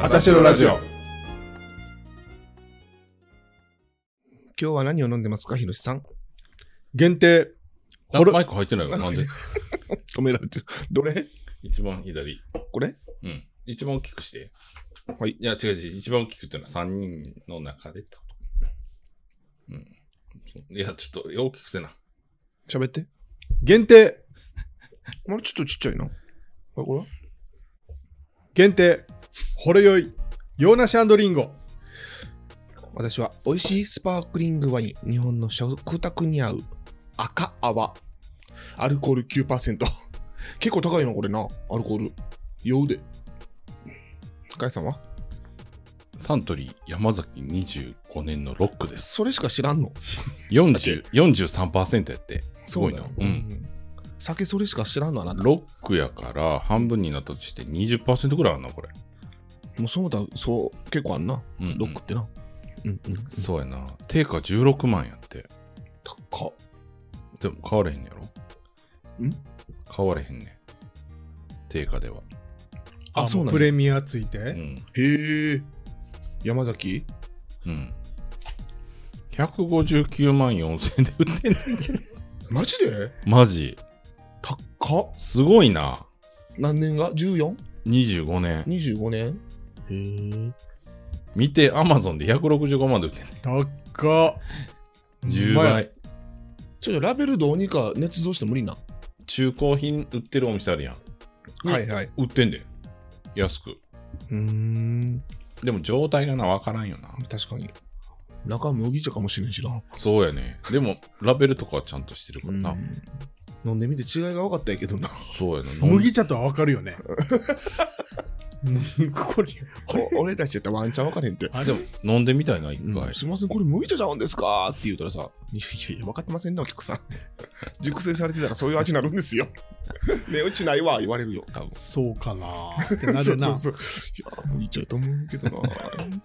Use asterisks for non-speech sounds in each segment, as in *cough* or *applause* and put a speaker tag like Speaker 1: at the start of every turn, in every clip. Speaker 1: あたしろラジオ。
Speaker 2: 今日は何を飲んでますか、ひろしさん。
Speaker 3: 限定。
Speaker 1: あ
Speaker 3: ほら
Speaker 1: マイク入ってないよ。なんで
Speaker 2: 止められてる。どれ
Speaker 1: 一番左。
Speaker 2: これ
Speaker 1: うん。一番大きくして。
Speaker 2: はい
Speaker 1: いや、違う違う。一番大きくっていうのは3人の中でってこと。うん。いや、ちょっと大きくせな。
Speaker 2: 喋って。
Speaker 3: 限定。
Speaker 2: あれちょっとちっちゃいな。あれこれは
Speaker 3: 限定。ほろ酔い。洋梨リンゴ。
Speaker 2: 私は美味しいスパークリングワイン、日本の食卓に合う赤泡。アルコール9%。結 *laughs* 構高いな、これな。アルコール。酔うで。高井さんは
Speaker 1: サントリー山崎25年のロックです。
Speaker 2: それしか知らんの
Speaker 1: 40 43%やって。すごいな。
Speaker 2: そう
Speaker 1: う
Speaker 2: だよ
Speaker 1: ん。
Speaker 2: 酒それしか知らんのあなた。
Speaker 1: ロックやから半分になったとして20%ぐらいあるな、これ。
Speaker 2: もうその他、そう、結構あんな。
Speaker 1: うんうん
Speaker 2: ロックってな。うんうん。
Speaker 1: そうやな。定価16万やって。
Speaker 2: 高っ。
Speaker 1: でも買われへんねやろ
Speaker 2: ん
Speaker 1: 買われへんね定価では。
Speaker 2: あそうなんや
Speaker 3: プレミアついうて。
Speaker 1: ん。
Speaker 2: へえ。山崎
Speaker 1: うん。159万4000円で売ってんねん。
Speaker 2: マジで
Speaker 1: マジ。
Speaker 2: 高っ。
Speaker 1: すごいな。
Speaker 2: 何年が ?14?25
Speaker 1: 25年。
Speaker 2: 年へえ。
Speaker 1: 見て、アマゾンで165万で売ってんね
Speaker 3: 高っか。
Speaker 1: ん。10
Speaker 3: うま
Speaker 1: 倍
Speaker 3: い。。
Speaker 2: ちょっとラベルどうにか捏造して無理な。
Speaker 1: 中古品売ってるお店あるやん。
Speaker 3: はいはい。
Speaker 1: 売ってんで。安く。
Speaker 2: うーん。
Speaker 1: でも状態がな、わからんよな。
Speaker 2: 確かに。中麦茶かもしれんしな。
Speaker 1: そうやね。でも、ラベルとかはちゃんとしてるからな。
Speaker 2: うん飲んでみて違いが分かったんやけどな。
Speaker 1: そうやな。飲ん
Speaker 3: 麦茶とはわかるよね。 *laughs* うんこれ
Speaker 2: お俺たちやったらワンチャン分かれへんって。
Speaker 3: あ
Speaker 1: でも、飲んでみたいな、一
Speaker 2: うん
Speaker 1: 回。
Speaker 2: すいません、これ麦茶ちゃうんですかって言うたらさ、いやいやいや、分かってませんね、お客さん。 *laughs* 熟成されてたらそういう味になるんです *laughs* よ。値打ちないわ、言われるよ、多分。
Speaker 3: そうかな。ってな
Speaker 2: *laughs* そ
Speaker 3: る
Speaker 2: うそ
Speaker 3: な
Speaker 2: う。そう。いや、もういっちゃうと思うけどな。 *laughs*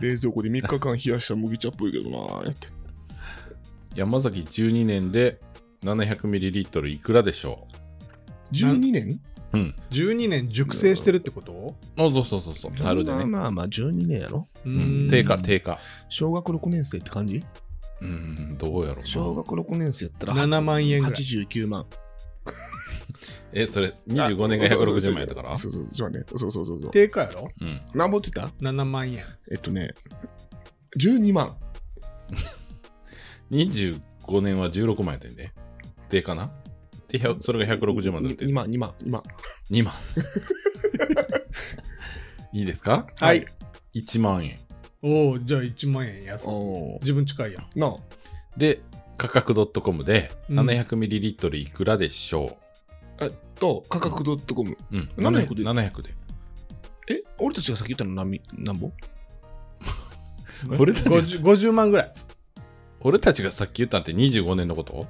Speaker 2: 冷蔵庫で3日間冷やした麦茶っぽいけどな。って
Speaker 1: 山崎12年で 700ml いくらでしょ
Speaker 2: 12年
Speaker 1: ううん。
Speaker 3: 12年熟成してるってこと
Speaker 1: あ、そうそうそうそう。樽でね。
Speaker 2: まあまあ12年やろ。
Speaker 3: う
Speaker 1: うん。定価、定価。
Speaker 2: 小学6年生って感じ
Speaker 1: うん、どうやろう
Speaker 2: 小
Speaker 1: な。
Speaker 2: 学6年生やったら
Speaker 3: 7万円ぐらい。
Speaker 2: 89万。
Speaker 1: え、それ、25年が160万やったから
Speaker 2: そうそうそうね。そうそうそうそう。
Speaker 3: 定価やろ
Speaker 1: うん。
Speaker 2: なんぼってた
Speaker 3: ?7 万円。
Speaker 2: えっとね、12万。
Speaker 1: 25年は16万やったんで。定価なで、100それが160万だって
Speaker 2: 2。万、2万、2万。
Speaker 1: 2万。
Speaker 2: *laughs*
Speaker 1: いいですか
Speaker 3: はい。
Speaker 1: ?1 万円。
Speaker 3: おお、じゃあ1万円安い。
Speaker 2: お
Speaker 3: 自分近いやん。
Speaker 2: なあ、
Speaker 1: で、価格 .com で
Speaker 3: うん
Speaker 1: 700ml いくらでしょ
Speaker 2: えっと、価格 .com。
Speaker 1: ううん。
Speaker 2: 700で
Speaker 1: 700で。
Speaker 2: え、俺たちがさっき言ったの何みなんぼえ
Speaker 1: 俺たちが
Speaker 3: 50, 50万ぐらい。
Speaker 1: 俺たちがさっき言ったんって25年のこと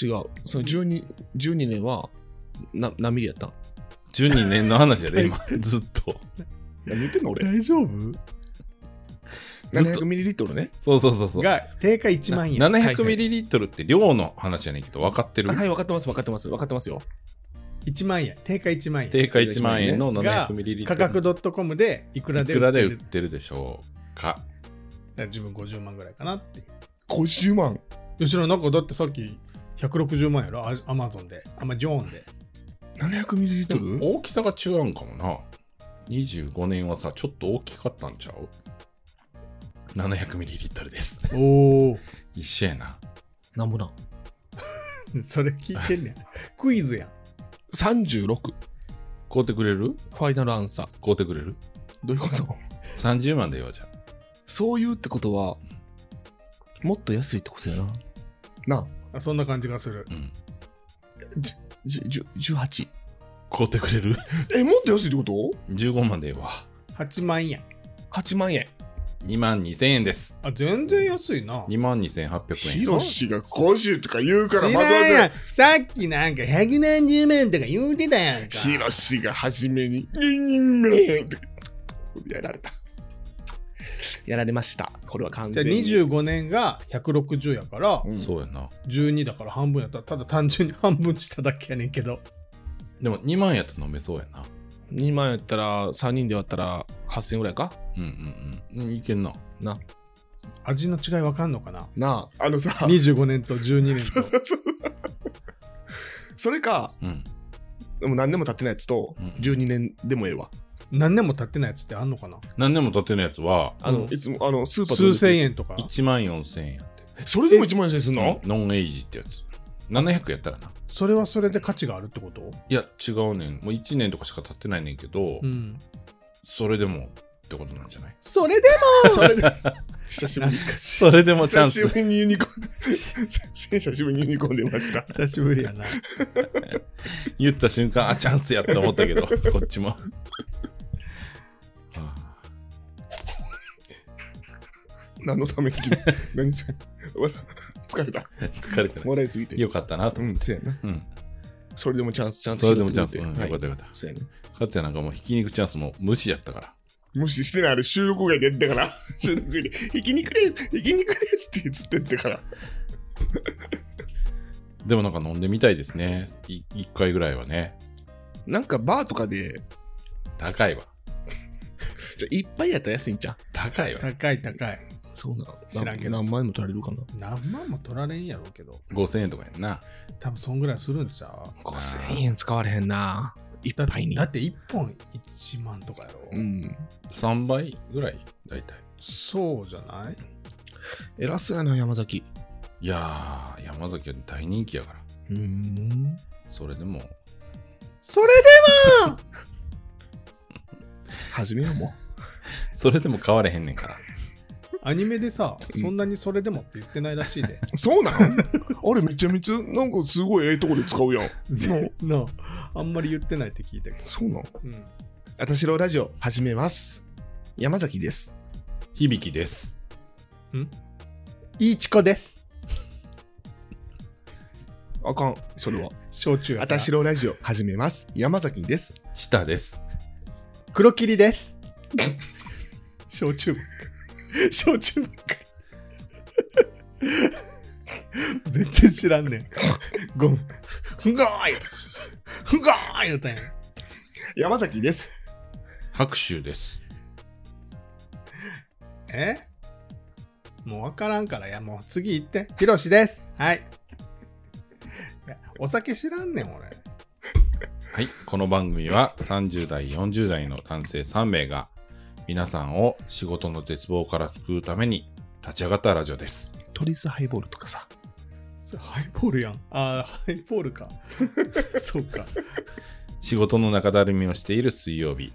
Speaker 2: 違う。その12、12年は、な、何ミリやったん
Speaker 1: ?12 年の話やで、今。 *laughs* ずっと。
Speaker 2: 何言ってんの俺。
Speaker 3: 大丈夫
Speaker 1: ずっと
Speaker 2: 700ml ね。
Speaker 1: そうそうそうそう。
Speaker 3: が定価1万円。
Speaker 1: 700ml って量の話やねんけど、分かってる
Speaker 2: あはい、分かってます、分かってます、分かってますよ。
Speaker 3: 1万円。定価1万円。
Speaker 1: 定価1万円の
Speaker 3: が
Speaker 1: 700ml。
Speaker 3: 価格 .com でいくら
Speaker 1: い
Speaker 3: で
Speaker 1: くらで
Speaker 3: 売って
Speaker 1: 売っ
Speaker 3: る
Speaker 1: てるでしょうか
Speaker 3: だから自分50万ぐらいかなっていう。
Speaker 2: 50万。
Speaker 3: 後ろの子だってさっき160万やろアアマゾンで。アマジョーンで。
Speaker 1: でも
Speaker 2: 700ml?
Speaker 1: 大きさが違うんかもな。25年はさ、ちょっと大きかったんちゃう ?700ml です。
Speaker 3: おお。
Speaker 1: 一緒やな。
Speaker 2: なんぼなん
Speaker 3: *laughs* それ聞いてんねん。クイズやん。
Speaker 2: 36
Speaker 1: 買うてくれる
Speaker 2: ファイナルアンサー
Speaker 1: 買うてくれる
Speaker 2: どういうこと
Speaker 1: ?30 万でよ、じゃあ。
Speaker 2: そういうってことはもっと安いってことやななあ
Speaker 3: あそんな感じがする。
Speaker 1: うん。
Speaker 2: じゅじゅ18
Speaker 1: 買うてくれる
Speaker 2: えもっと安いってこと
Speaker 1: ?15 万でよわ。
Speaker 3: 8万円。
Speaker 2: 8万円
Speaker 1: 2万2000円です。
Speaker 3: あ、全然安いな。
Speaker 1: 2万2800円。
Speaker 2: ヒロシが50とか言うから
Speaker 3: 知
Speaker 2: 惑わ
Speaker 3: らん
Speaker 2: せ
Speaker 3: や
Speaker 2: なん
Speaker 3: さっきなんか1何十万とか言うてたやんか。
Speaker 2: ヒロシが初めにやられたやられましたこれは完
Speaker 3: じゃ
Speaker 2: 全
Speaker 3: あ
Speaker 2: に
Speaker 3: 25年が160やから、
Speaker 2: うん
Speaker 1: そうやな。
Speaker 3: 12だから半分やったらただ単純に半分しただけやねんけど
Speaker 1: でも2万やと飲めそうやな。
Speaker 2: 2万やったら、3人で割ったら8000円ぐらいか
Speaker 1: うんうんうん。いけんな。
Speaker 2: な。
Speaker 3: 味の違いわかんのかな
Speaker 2: なあ、あのさ、
Speaker 3: 25年と12年と
Speaker 2: *laughs* それか、
Speaker 1: うん。
Speaker 2: でも何年も経ってないやつと
Speaker 1: うん、
Speaker 2: 12年でもええわ。
Speaker 3: 何年も経ってないやつってあんのかな
Speaker 1: 何年も経ってないやつは、
Speaker 2: あの、
Speaker 3: うん
Speaker 2: いつも、あの、スーパーで売
Speaker 3: 数
Speaker 2: ってる
Speaker 3: 千
Speaker 2: や
Speaker 3: 円とか
Speaker 1: 1万4000円やって。
Speaker 2: つ。それでも1万円すんの
Speaker 1: ノンエイジってやつ。700やったらな。
Speaker 3: それはそれで価値があるってこと
Speaker 1: いや、違うねん。もう1年とかしか経ってないねんけど、
Speaker 3: うん
Speaker 1: それでもってことなんじゃない
Speaker 3: それで
Speaker 2: それで、久しぶりに。
Speaker 3: かしい
Speaker 1: *laughs* それでもチャ
Speaker 2: 久
Speaker 1: ン
Speaker 2: し
Speaker 1: ス。
Speaker 2: ぶりにユニコーン、先久しぶりにユニコーン出ました。
Speaker 3: 久しぶりやな
Speaker 1: 言った瞬間、あ、チャンスやって思った *laughs* けど、こっちも。あ
Speaker 2: 何のために何それわ疲れた。
Speaker 1: あ疲れてな
Speaker 2: もらいすぎて。
Speaker 1: い。よかったなと
Speaker 2: う。ん、せやな。
Speaker 1: うん。
Speaker 2: それでもチャンス、チャンス。
Speaker 1: それでもチャンス。
Speaker 2: は
Speaker 1: うんよかっ
Speaker 2: い。
Speaker 1: たよかっ
Speaker 2: せやね。
Speaker 1: た。かつてなんかもうひき肉チャンスも無視やったから。
Speaker 2: 無視してない、あれ収録外でやってたから、 *laughs* 収録外で、ひき肉です、ひき肉ですってずっと言ってたから。
Speaker 1: でもなんか飲んでみたいですね。1回ぐらいはね。
Speaker 2: なんかバーとかで、
Speaker 1: 高いわ。
Speaker 2: じゃいっぱいやったら安いんちゃう
Speaker 1: 高いわ。
Speaker 3: 高い高い
Speaker 2: そうな
Speaker 3: 知らんけど
Speaker 2: 何枚も足りるかな
Speaker 3: 何万も取られんやろうけど
Speaker 1: 5000円とかやんな。
Speaker 3: 多分そんぐらいするんちゃう
Speaker 2: 5000円使われへんな一
Speaker 3: だ
Speaker 2: 杯に
Speaker 3: だって1本1万とかやろ、
Speaker 2: うん
Speaker 1: 3倍ぐらい、大体。
Speaker 3: そうじゃない
Speaker 2: 偉そうやな山崎
Speaker 1: いやー、山崎は大人気やから。
Speaker 2: うーん
Speaker 1: それでも、
Speaker 3: それで
Speaker 2: 始めようも
Speaker 1: それでも買われへんねんから。
Speaker 3: アニメでさそんなにそれでもって言ってないらしいで、
Speaker 2: う *laughs* そうなのあれめちゃめちゃなんかすごいええとこで使うやん
Speaker 3: *laughs* そうなああんまり言ってないって聞いたけど、
Speaker 2: そうなの
Speaker 3: うん、
Speaker 2: 私のラジオ始めます山崎です
Speaker 1: 響きです。
Speaker 3: いいチコです
Speaker 2: あかんそれは
Speaker 3: 焼酎やから
Speaker 2: 私のラジオ始めます山崎です
Speaker 1: チタです。
Speaker 3: 黒霧です焼酎焼酎ばっかり全然知らんねんごめんふがーいふがーい言うたんや
Speaker 2: 山崎です
Speaker 1: 拍手です。
Speaker 3: えもう分からんからいやもう次行ってひろしですはいいやお酒知らんねん俺
Speaker 1: はい、この番組は30代、40代の男性3名が皆さんを仕事の絶望から救うために立ち上がったラジオです。
Speaker 2: トリスハイボールとかさ
Speaker 3: それハイボールやんあーハイボール
Speaker 2: *laughs*
Speaker 3: かそうか
Speaker 1: 仕事の中だるみをしている水曜日、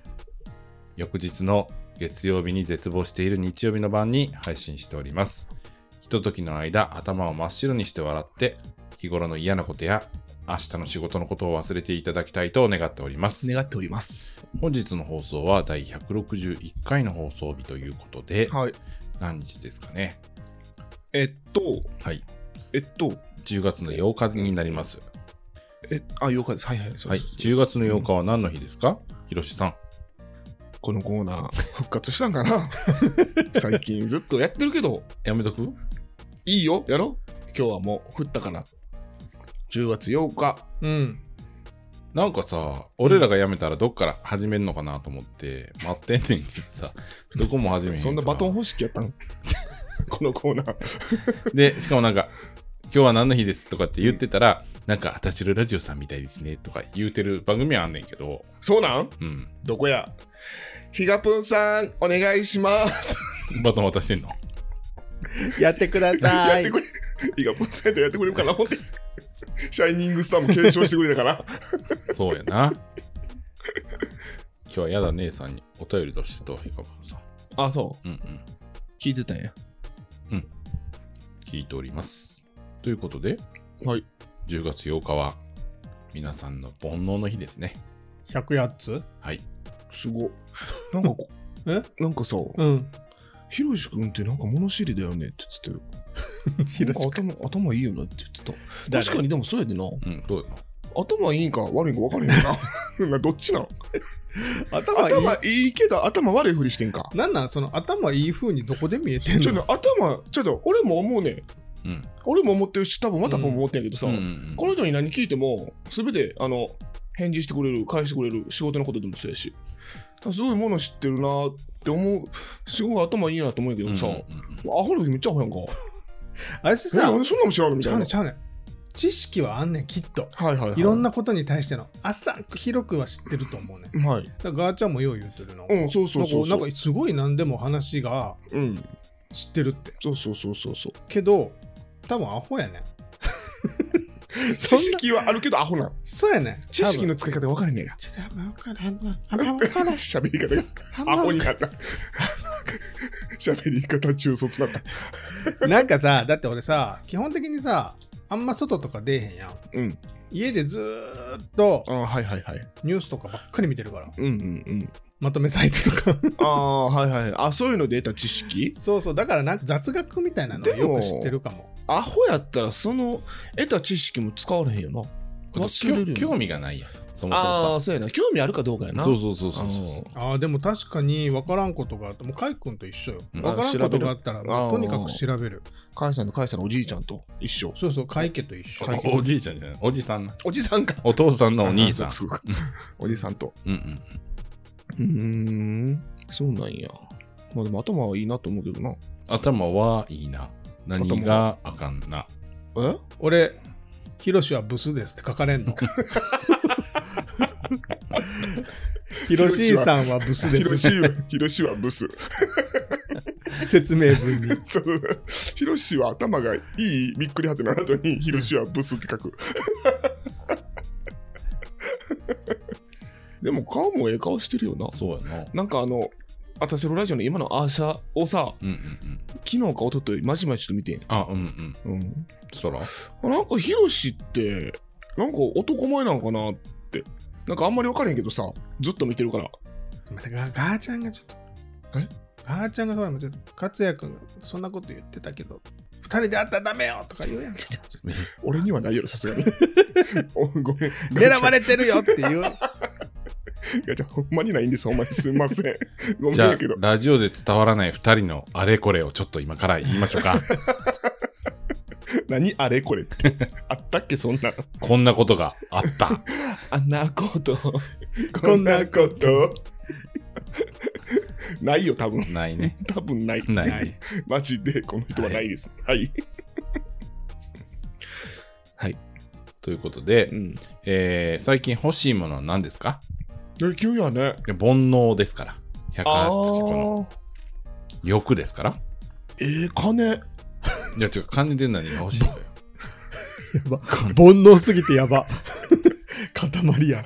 Speaker 1: 翌日の月曜日に絶望している日曜日の晩に配信しております。ひとときの間、頭を真っ白にして笑って、日頃の嫌なことや明日の仕事のことを忘れていただきたいと願っております。
Speaker 2: 願っております
Speaker 1: 本日の放送は第161回の放送日ということで、
Speaker 2: はい
Speaker 1: 何日ですかね。
Speaker 2: えっと
Speaker 1: はい。
Speaker 2: えっと
Speaker 1: 10月の8日になります。
Speaker 2: えあ8日ですはいはいそう
Speaker 1: はい。
Speaker 2: です
Speaker 1: 10月の8日は何の日ですかひろしさん。
Speaker 2: このコーナー復活したんか *laughs* な最近ずっとやってるけど
Speaker 1: やめとく
Speaker 2: いいよやろ今日はもう降ったから10月8日
Speaker 3: うん
Speaker 1: なんかさ、俺らがやめたらどっから始めるのかなと思って待ってんねんけどさ、どこも始めへん
Speaker 2: そんなバトン
Speaker 1: ン
Speaker 2: 方式やったん *laughs* このコーナー
Speaker 1: で、しかもなんか、今日は何の日ですとかって言ってたら、なんか、あたしるラジオさんみたいですねとか言うてる番組はあんねんけど、
Speaker 2: そうなん
Speaker 1: うん。
Speaker 2: どこやひがぷんさんお願いします *laughs*
Speaker 1: バトン渡してんの
Speaker 3: やってくださ
Speaker 2: やっ
Speaker 3: い
Speaker 2: てくれひがぷんさんとやってくれるかな *laughs* ほんでシャイニングスターも継承してくれたから
Speaker 1: そうやな。今日はやだ姉さんにお便りとしてどうひかぼんさん。
Speaker 2: あそう
Speaker 1: うんうん。
Speaker 2: *laughs* 聞いてたんや
Speaker 1: 聞いております。ということで、
Speaker 2: はい
Speaker 1: 10月8日は皆さんの煩悩の日ですね。
Speaker 3: 108つ
Speaker 1: はい。
Speaker 2: すごなん *laughs* かこ
Speaker 3: え
Speaker 2: なんかさ
Speaker 3: うん
Speaker 2: ひろしくんってなんか物知りだよねって言ってた
Speaker 3: ひ
Speaker 2: よな
Speaker 3: ろ
Speaker 2: んか
Speaker 3: し
Speaker 2: 頭頭いいよなって言ってた
Speaker 3: 誰
Speaker 2: 確かにでもそうやでな
Speaker 1: うん、どうやの
Speaker 2: 頭いいんか悪いんか分からへんよな *laughs* などっちなん
Speaker 3: 頭いい
Speaker 2: 頭いいけど頭悪いふりしてんか
Speaker 3: なんなんその頭いい風にどこで見えてん
Speaker 2: ちょっ
Speaker 3: の
Speaker 2: と頭ちょっと俺も思うねん
Speaker 1: うん。
Speaker 2: 俺も思ってるし多分またも思ってんやけどさ、
Speaker 1: うんうんうん
Speaker 2: この人に何聞いても全てあの返事してくれる、返してくれる、仕事のことでもそうやし。だからすごいもの知ってるなって思う、すごい頭いいなと思うけどさ、
Speaker 1: うん
Speaker 2: アホの時めっちゃアホやんか。
Speaker 3: あれし
Speaker 2: え、
Speaker 3: さ、
Speaker 2: なんでそんなの知らんのみ
Speaker 3: ち
Speaker 2: た
Speaker 3: ゃ
Speaker 2: いうな
Speaker 3: ね、。ちゃうね。知識はあんねん、きっと。
Speaker 2: はいはいはい。
Speaker 3: いろんなことに対しての、浅く広くは知ってると思うね。
Speaker 2: な。はい。
Speaker 3: だからガーちゃんもよう言うてるの。
Speaker 2: うん、そうそうそうそ
Speaker 3: な
Speaker 2: う。
Speaker 3: んかなんかすごい何でも話が
Speaker 2: うん。
Speaker 3: 知ってるって。
Speaker 2: そうそうそうそうそう。
Speaker 3: けど、多分アホやねん。
Speaker 2: 知識はあるけどアホなん。
Speaker 3: そうやねん。
Speaker 2: 知識
Speaker 3: 多分。
Speaker 2: の使い方分からんねえが。
Speaker 3: ちょっとあんま分からんな。あんま分からん。
Speaker 2: 喋り方がアホになった。喋り方中卒だった。
Speaker 3: なんかさ、だって俺さ、基本的にさ、あんま外とか出えへんやん。
Speaker 2: うん。
Speaker 3: 家でずーっと
Speaker 2: あはいはいはい。
Speaker 3: ニュースとかばっかり見てるから、
Speaker 2: うんうんうん。
Speaker 3: まとめサイトとか。
Speaker 2: ああ、はいはい。あそういうので得た知識
Speaker 3: *laughs* そうそう、だからなんか雑学みたいなの
Speaker 2: でも
Speaker 3: よく知ってるかも。
Speaker 2: アホやったらその得た知識も使われへんよな。
Speaker 1: あと
Speaker 2: 忘れるよね
Speaker 1: 興興味がないやん。そもそ
Speaker 2: ああー、
Speaker 1: も
Speaker 2: そうやな。興味あるかどうかや
Speaker 1: さ。
Speaker 2: な。
Speaker 1: そう
Speaker 2: う
Speaker 1: そうそうそう。
Speaker 3: ああ、でも確かに分からんことがあって、もうカイ君と一緒よ。
Speaker 1: うん
Speaker 3: 分からんことがあったら、
Speaker 2: べる
Speaker 3: もうとにかく調べる。
Speaker 2: カイさんとカイさんのおじいちゃんと一緒。
Speaker 3: そうそう、カイ家と一緒。
Speaker 2: カイ
Speaker 1: おおじいちゃんじゃない。おじさんな。
Speaker 2: おじさんか。
Speaker 1: お父さんのお兄さん
Speaker 2: あ。そうかそうかおじさんと。
Speaker 1: うんうん。
Speaker 2: うーん。そうなんや。まあでも頭はいいなと思うけどな。
Speaker 1: 頭はいいな。何があかんな。
Speaker 2: *laughs* え
Speaker 3: 俺、ヒロシはブスですって書かれんの。ヒロシーさんはブスで
Speaker 2: 広
Speaker 3: す。
Speaker 2: しは、広しはブス。
Speaker 3: 説明文に。
Speaker 2: そう広しは頭がいいびっくりはての後に広しはブスって書く。でも顔もええ顔してるよな。
Speaker 1: そうや
Speaker 2: な
Speaker 1: な。
Speaker 2: んかあの、私のラジオの今のアーシャをさ、
Speaker 1: うんうんうん。
Speaker 2: 昨日か一昨日まじまじと見てん。
Speaker 1: あ、うんうん。
Speaker 2: うん、
Speaker 1: そら。
Speaker 2: なんかヒロシって、なんか男前なのかなって。なんかあんまり分からへんけどさ、ずっと見てるから。
Speaker 3: またガガーちゃんがちょっと。
Speaker 2: え
Speaker 3: ガーちゃんがほら、もうちょっと、勝也君がそんなこと言ってたけど、二人で会ったらダメよとか言うやん。 *laughs*
Speaker 2: 俺にはないやろ、さすがに。 *laughs* おごめん。
Speaker 3: 狙われてるよって *laughs* いう。
Speaker 2: いや、じゃあほんまにないんです、ほんまにすんません。ごめん
Speaker 1: じゃ
Speaker 2: や
Speaker 1: あ
Speaker 2: けど、。
Speaker 1: ラジオで伝わらない二人のあれこれをちょっと今から言いましょ
Speaker 2: *laughs*
Speaker 1: うか。
Speaker 2: 何あれこれ *laughs* って。あったっけ、そんな。
Speaker 1: こんなことがあった。
Speaker 2: あんな *laughs* こと。。
Speaker 3: こんなこと
Speaker 2: *laughs* ないよ、多分。
Speaker 1: ないね。
Speaker 2: 多分ない。
Speaker 1: ない
Speaker 3: ない
Speaker 1: ね。
Speaker 2: マジで、この人はないです。はい。
Speaker 1: ということで
Speaker 2: う、ん。
Speaker 1: えー最近欲しいものは何ですか
Speaker 2: え、急やね。
Speaker 1: いや煩悩ですから。
Speaker 2: あ
Speaker 1: 108個の
Speaker 2: ー。
Speaker 1: 欲ですから。
Speaker 2: えー、金。
Speaker 1: いや違う、金で何が欲しいんだよ。
Speaker 2: *laughs*
Speaker 3: 煩悩すぎてやば。塊や。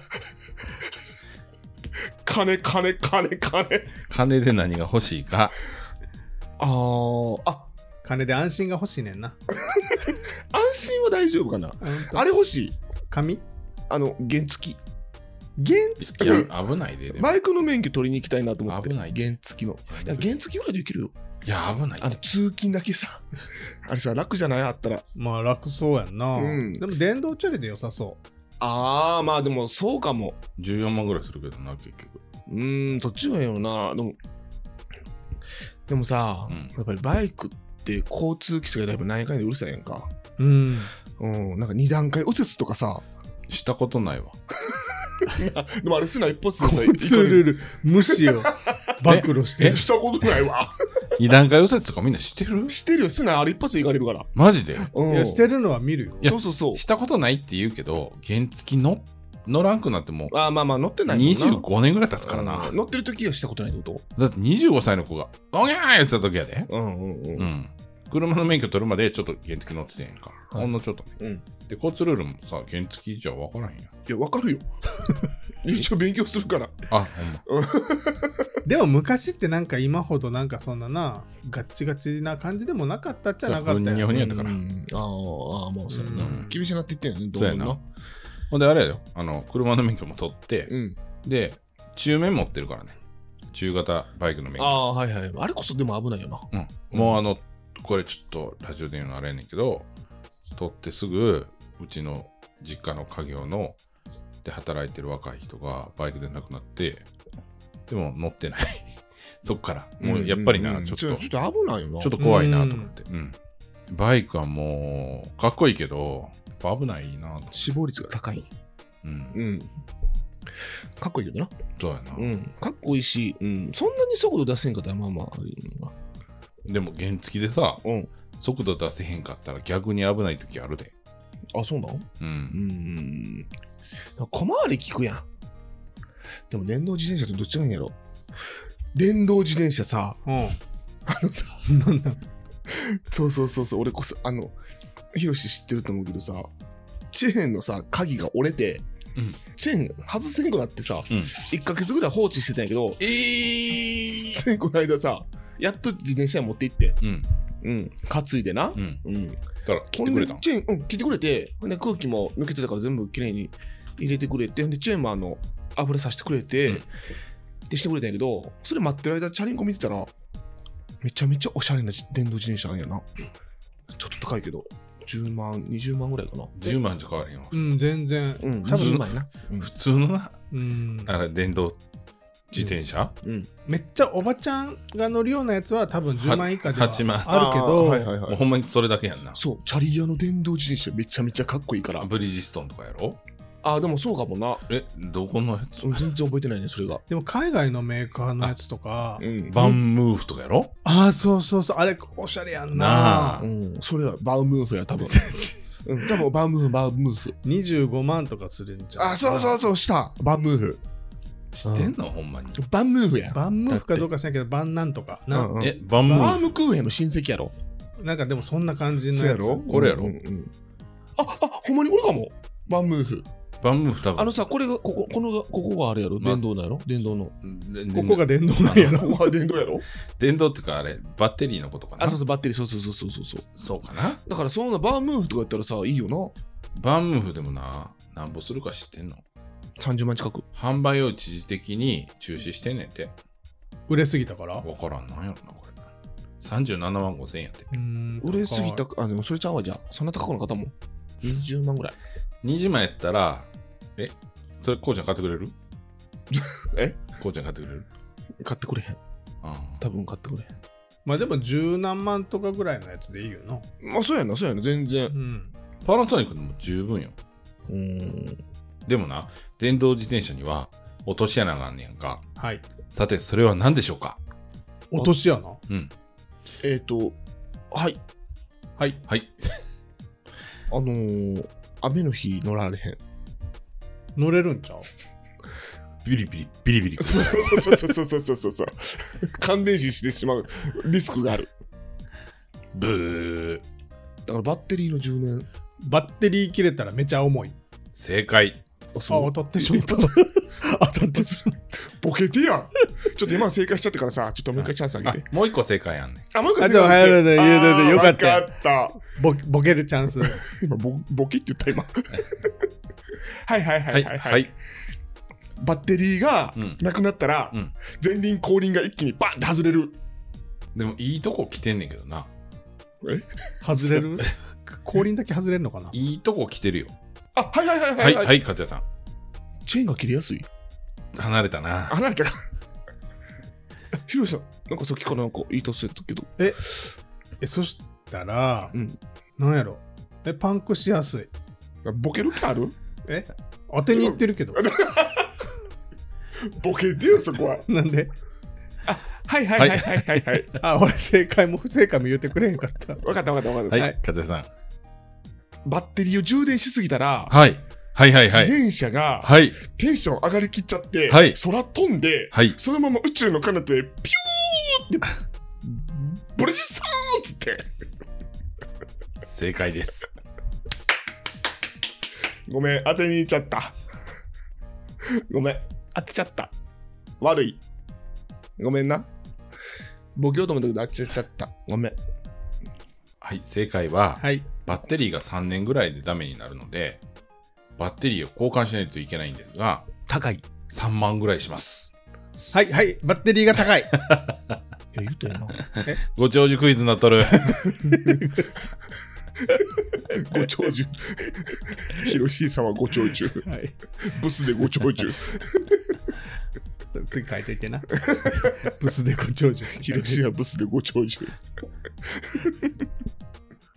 Speaker 2: 金、金、金、金。
Speaker 1: 金で何が欲しいか。
Speaker 2: あー。あ、
Speaker 3: 金で安心が欲しいねんな。
Speaker 2: 安心は大丈夫かな。あ
Speaker 3: れ
Speaker 2: れ欲しい。
Speaker 3: 紙
Speaker 2: あの、原付き。
Speaker 3: 原
Speaker 1: い
Speaker 3: 付
Speaker 1: や、
Speaker 3: き
Speaker 1: 危ないで。でも
Speaker 2: バイクの免許取りに行きたいなと思って。
Speaker 1: 危ない
Speaker 2: 原付きの。いや、原付きぐらいできるよ。
Speaker 1: いや、危ない
Speaker 2: あ。の通勤だけさ、 *laughs* あれさ、楽じゃないあったら。
Speaker 3: まあ楽そうやんな。
Speaker 2: うん
Speaker 3: でも電動チャリで良さそ
Speaker 2: あー、まあでもそうかも。
Speaker 1: 14万ぐらいするけどな、結局。
Speaker 2: うーん、どっちがいいのかな。でも、でもさ、
Speaker 1: うん
Speaker 2: やっぱりバイクって交通規制がだいぶ何回でうるさいやんか。
Speaker 3: う。うん。
Speaker 2: うん、なんか2段階右折とかさ、
Speaker 1: したことないわ。
Speaker 2: でもあれすな一発でさ、
Speaker 3: 交通ルー
Speaker 2: ル。
Speaker 3: ル無視を *laughs* 暴露してる。
Speaker 2: したことないわ。
Speaker 1: 二段階右折とかみんなしてる
Speaker 2: してるよ、すな、あれ一発で行かれるから。
Speaker 1: マジで
Speaker 2: うん、
Speaker 3: いや、して
Speaker 2: る。
Speaker 3: るのは見るよ。
Speaker 2: そうそうそう。
Speaker 1: したことないって言うけど、原付きの乗らんくなってもう
Speaker 2: あーまあまあ、乗ってないもんな。
Speaker 1: 25年ぐらい経つからな。
Speaker 2: うん乗ってる時はしたことないってこ
Speaker 1: だって25歳の子が、おぎゃー言ってた時やで。
Speaker 2: とうんうんうん。
Speaker 1: うん。車の免許取るまでちょっと原付き乗ってたやんか。
Speaker 2: はい
Speaker 1: ほんのちょっとね。
Speaker 2: うん
Speaker 1: で、交通ルールもさ、原付きじゃ分からへんやん。
Speaker 2: いや、わか *laughs* るよ。一応勉強するから。
Speaker 1: あ、ほんま。
Speaker 3: でも昔ってなんか今ほどなんかそんななガッチガチな感じでもなかったっちゃなかった
Speaker 1: いやふにゃ
Speaker 3: よ
Speaker 1: ふにゃだから
Speaker 2: うんああああ、もうそうやな。
Speaker 1: うん
Speaker 2: 厳しくなっていってんよね、どん
Speaker 1: そう
Speaker 2: ど
Speaker 1: や
Speaker 2: んな。
Speaker 1: な。ほんで、あれやよ。あの、車の免許も取って、
Speaker 2: うん。
Speaker 1: で、中免持ってるからね。中型バイクの免
Speaker 2: あ
Speaker 1: 許。
Speaker 2: あ、はいはい。あれこそでも危ないよな。
Speaker 1: うん。もうあの、これちょっとラジオで言うのあれやねんけど、取ってすぐ、うちの実家の家業の、で働いてる若い人がバイクで亡くなって、でも乗ってない。 *laughs* そっから。もうやっぱりな、
Speaker 2: んんん
Speaker 1: ちょっと
Speaker 2: ちょ。っと危ないよな。
Speaker 1: ちょっと怖いなと思って。うんバイクはもう、かっこいいけど、やっぱ危ないなと。
Speaker 2: 死亡率が高い。
Speaker 1: うん。
Speaker 2: うん。かっこいいけどな。
Speaker 1: そうやな、
Speaker 2: うん。かっこいいし、うん。そんなに速度出せんかったら、まあまあ、あれやな
Speaker 1: でも原付でさ
Speaker 2: うん。
Speaker 1: 速度出せへんかったら逆に危ない時あるで
Speaker 2: あ、そうなの
Speaker 1: う
Speaker 2: うんんうんうん。小回り効くやん。でも電動自転車とどっちがいいんやろ電動自転車さ、
Speaker 3: う
Speaker 2: あのさ、
Speaker 3: ん。 *laughs* なんだ
Speaker 2: そうそうそうそう、俺こそ、あの、ヒロシ知ってると思うけどさ、チェーンのさ、鍵が折れて、
Speaker 1: うん
Speaker 2: チェーン外せんくなってさ、
Speaker 1: うん
Speaker 2: 1ヶ月ぐらい放置してたんやけど、
Speaker 1: えー、
Speaker 2: ついこの間さ、やっと自転車に持って行って、
Speaker 1: うん
Speaker 2: うん、担いでな
Speaker 1: う。ん
Speaker 2: うん。
Speaker 1: だから切ってくれた
Speaker 2: ほんで
Speaker 1: ん
Speaker 2: チェーン、うん、切ってくれて、ほんで空気も抜けてたから全部きれいに入れてくれて、ほんでチェーンもあの、油さしてくれて、
Speaker 1: うん
Speaker 2: でしてくれたんやけど、それ待ってる間、チャリンコ見てたら、めちゃめちゃおしゃれなじ電動自転車なんやな。ちょっと高いけど、10万、20万ぐらいかな。
Speaker 1: 10万じゃ変わらへんわ
Speaker 3: うん、全然。
Speaker 2: うん、
Speaker 3: 多
Speaker 2: 10
Speaker 3: 分、
Speaker 2: 万やな。
Speaker 1: 普通のな
Speaker 3: うん、
Speaker 1: あれ電動自転車、
Speaker 2: うん。
Speaker 3: めっちゃおばちゃんが乗るようなやつは多分10万以下では
Speaker 1: 8万
Speaker 3: あるけ
Speaker 2: ー
Speaker 3: ど、
Speaker 2: はいはいは
Speaker 1: もう
Speaker 2: い。
Speaker 1: ほんまにそれだけやんな
Speaker 2: そう、チャリ屋の電動自転車めちゃめちゃかっこいいから。
Speaker 1: ブリヂストンとかやろ
Speaker 2: ああ、でもそうかもな。
Speaker 1: えどこのやつ
Speaker 2: うん全然覚えてないね、それが。
Speaker 3: でも海外のメーカーのやつとか、
Speaker 2: うん
Speaker 1: バンムーフとかやろ
Speaker 3: ああ、そうそうそう、あれおしゃれやん
Speaker 1: な
Speaker 3: な。
Speaker 1: あ
Speaker 2: うん、それはバウムーフや、多
Speaker 1: *laughs*
Speaker 2: 分。うん、多分バウムーフ、バウムーフ。
Speaker 3: 25万とかするんじゃん。
Speaker 2: あ、そうそうそう、した。バウムーフ。
Speaker 1: 知ってんのほんまに
Speaker 2: バンムーフやん。
Speaker 3: バンムーフかどうかしないけど、バンなんとか。な,、
Speaker 2: うんうん
Speaker 1: えバンム
Speaker 2: バ
Speaker 1: ー
Speaker 2: ー
Speaker 1: フ
Speaker 2: ムクーヘンの親戚やろ。
Speaker 3: なんかでもそんな感じの
Speaker 2: そうや
Speaker 3: やつ。
Speaker 2: ろ
Speaker 1: これやろ
Speaker 2: うんうんあ、あ、ほんまにこれかも。バンムーフ。
Speaker 1: バンムーフ多分
Speaker 2: あのさ、これが、ここ、このが、ここがあれやろ。
Speaker 1: ま
Speaker 2: 電動なんやろ電動の。
Speaker 1: こ
Speaker 3: ここが電動なんやろ。
Speaker 2: ここが電動やろ
Speaker 1: 電動っていうかあれバッテリーのことかな
Speaker 2: あ、そうそう、バッテリー、そうそうそうそうそうそう。
Speaker 1: そうかな
Speaker 2: だから、そんなバームーフとかやったらさ、いいよな。
Speaker 1: バンムーフでもななんぼするか知ってんの
Speaker 2: 30万近く。
Speaker 1: 販売を一時的に中止してんねんて
Speaker 3: 売れすぎたから。う
Speaker 1: わからんなんやろなこれ37万5000円やって
Speaker 3: ーん
Speaker 2: 売れすぎた
Speaker 3: 高い
Speaker 2: か、あ、でもそれちゃうわ、じゃあ。そんな高くなかったもん。20万ぐらい。
Speaker 1: 20万やったらえそれこうちゃん買ってく *laughs* れる
Speaker 2: え
Speaker 1: こうちゃん買ってくれる
Speaker 2: 買ってくれへん。
Speaker 1: あ
Speaker 2: 多分買ってくれ
Speaker 3: まあでも十何万とかぐらいのやつでいいよな。
Speaker 2: へん。まあ、そうやな、そうやな、全
Speaker 3: う
Speaker 2: 然。
Speaker 3: ん。
Speaker 1: あパナソニックでも十分よ
Speaker 2: うん。
Speaker 1: でもな電動自転車には落とし穴があんねやんか
Speaker 3: はい。
Speaker 1: さてそれは何でしょうか
Speaker 3: 落とし穴。
Speaker 1: うん
Speaker 2: えっと、はい。
Speaker 3: はい。
Speaker 1: はい
Speaker 2: *laughs* あのー、雨の日乗られへん。
Speaker 3: 乗れるんちゃう
Speaker 1: ビリビリビリビリ
Speaker 2: そうそうそうそうそうそうそう。感電死してしまうリスクがある。
Speaker 1: ブー
Speaker 2: だからバッテリーの充電。
Speaker 3: バッテリー切れたらめちゃ重い。
Speaker 1: 正解
Speaker 2: あ、
Speaker 3: あ、当たってしまった。 *laughs* 当たってしまっ
Speaker 2: ボケてやん。ちょっと今の正解しちゃったからさ、ちょっともう一回チャンスあげ
Speaker 1: あ
Speaker 2: て。
Speaker 1: もう一個正解やんねん
Speaker 2: あ、もう一
Speaker 3: あ
Speaker 2: 回
Speaker 3: でも
Speaker 2: あげて
Speaker 3: 早いね言うてて
Speaker 2: あー
Speaker 3: よかったよ
Speaker 2: わかった。
Speaker 3: た。ボケボケるチャンス。
Speaker 2: 今ボ、ボケって言った
Speaker 3: *laughs*
Speaker 2: 今。はいはいは
Speaker 1: はいい
Speaker 2: は
Speaker 1: はいい、
Speaker 2: はい。バッテリーが
Speaker 1: うん
Speaker 2: なくなったら、
Speaker 1: うん
Speaker 2: 前輪後輪が一気にバンって外れる。
Speaker 1: でもいいとこ来てんねんけどな
Speaker 3: 外れ *laughs* る後輪だけ外れるのかない
Speaker 1: いとこ来てるよ
Speaker 2: あ、はいはいはいは、
Speaker 1: はいいはい勝也さん
Speaker 2: チェーンが切れやすい。
Speaker 1: 離れたな
Speaker 2: 離れたか。 *laughs* ヒロシさん、なんかさっきからなんか言いたそうやったけど。
Speaker 3: え、そしたら、
Speaker 2: うん
Speaker 3: なんやろえ、パンクしやすい。
Speaker 2: ボケる気ある
Speaker 3: え当てにいってるけど。
Speaker 2: ボケてよ、そこは。
Speaker 3: *laughs* なんで
Speaker 2: はいはいはいはいはい。はい
Speaker 3: あ、俺正解も不正解も言ってくれへんかった。
Speaker 2: わかったわかったわかっ
Speaker 1: は
Speaker 2: た。
Speaker 1: い
Speaker 3: はい
Speaker 1: 勝也さん
Speaker 2: バッテリーを充電しすぎたら、
Speaker 1: はいはいはい
Speaker 2: 自
Speaker 1: はい
Speaker 2: 転車が
Speaker 1: はい
Speaker 2: テンション上がりきっちゃって、
Speaker 1: はい
Speaker 2: 空飛んで、
Speaker 1: はい
Speaker 2: そのまま宇宙の彼方へピューって、
Speaker 1: *laughs*
Speaker 2: ボルジさーンっつって。
Speaker 1: 正解です
Speaker 2: ごめん、当てにいっちゃった。ごめん、当てちゃった。悪い。ごめんな。ボケようと思ったけど、当てちゃった。ごめん。
Speaker 1: はい正解は
Speaker 3: はい。
Speaker 1: バッテリーが3年ぐらいでダメになるのでバッテリーを交換しないといけないんですが
Speaker 2: 高い。
Speaker 1: 3万ぐらいします
Speaker 3: はい、はい。バッテリーが高 *laughs* い。
Speaker 2: え、言うたよな。
Speaker 1: ご長寿クイズになっとる *laughs*
Speaker 2: ご長寿。ヒロシーさんはご長寿。
Speaker 3: はい。
Speaker 2: ブスでご長寿。
Speaker 3: 次書いといてな。 *laughs* ブスでご長寿。*laughs*
Speaker 2: ヒロシーはブスでご長寿。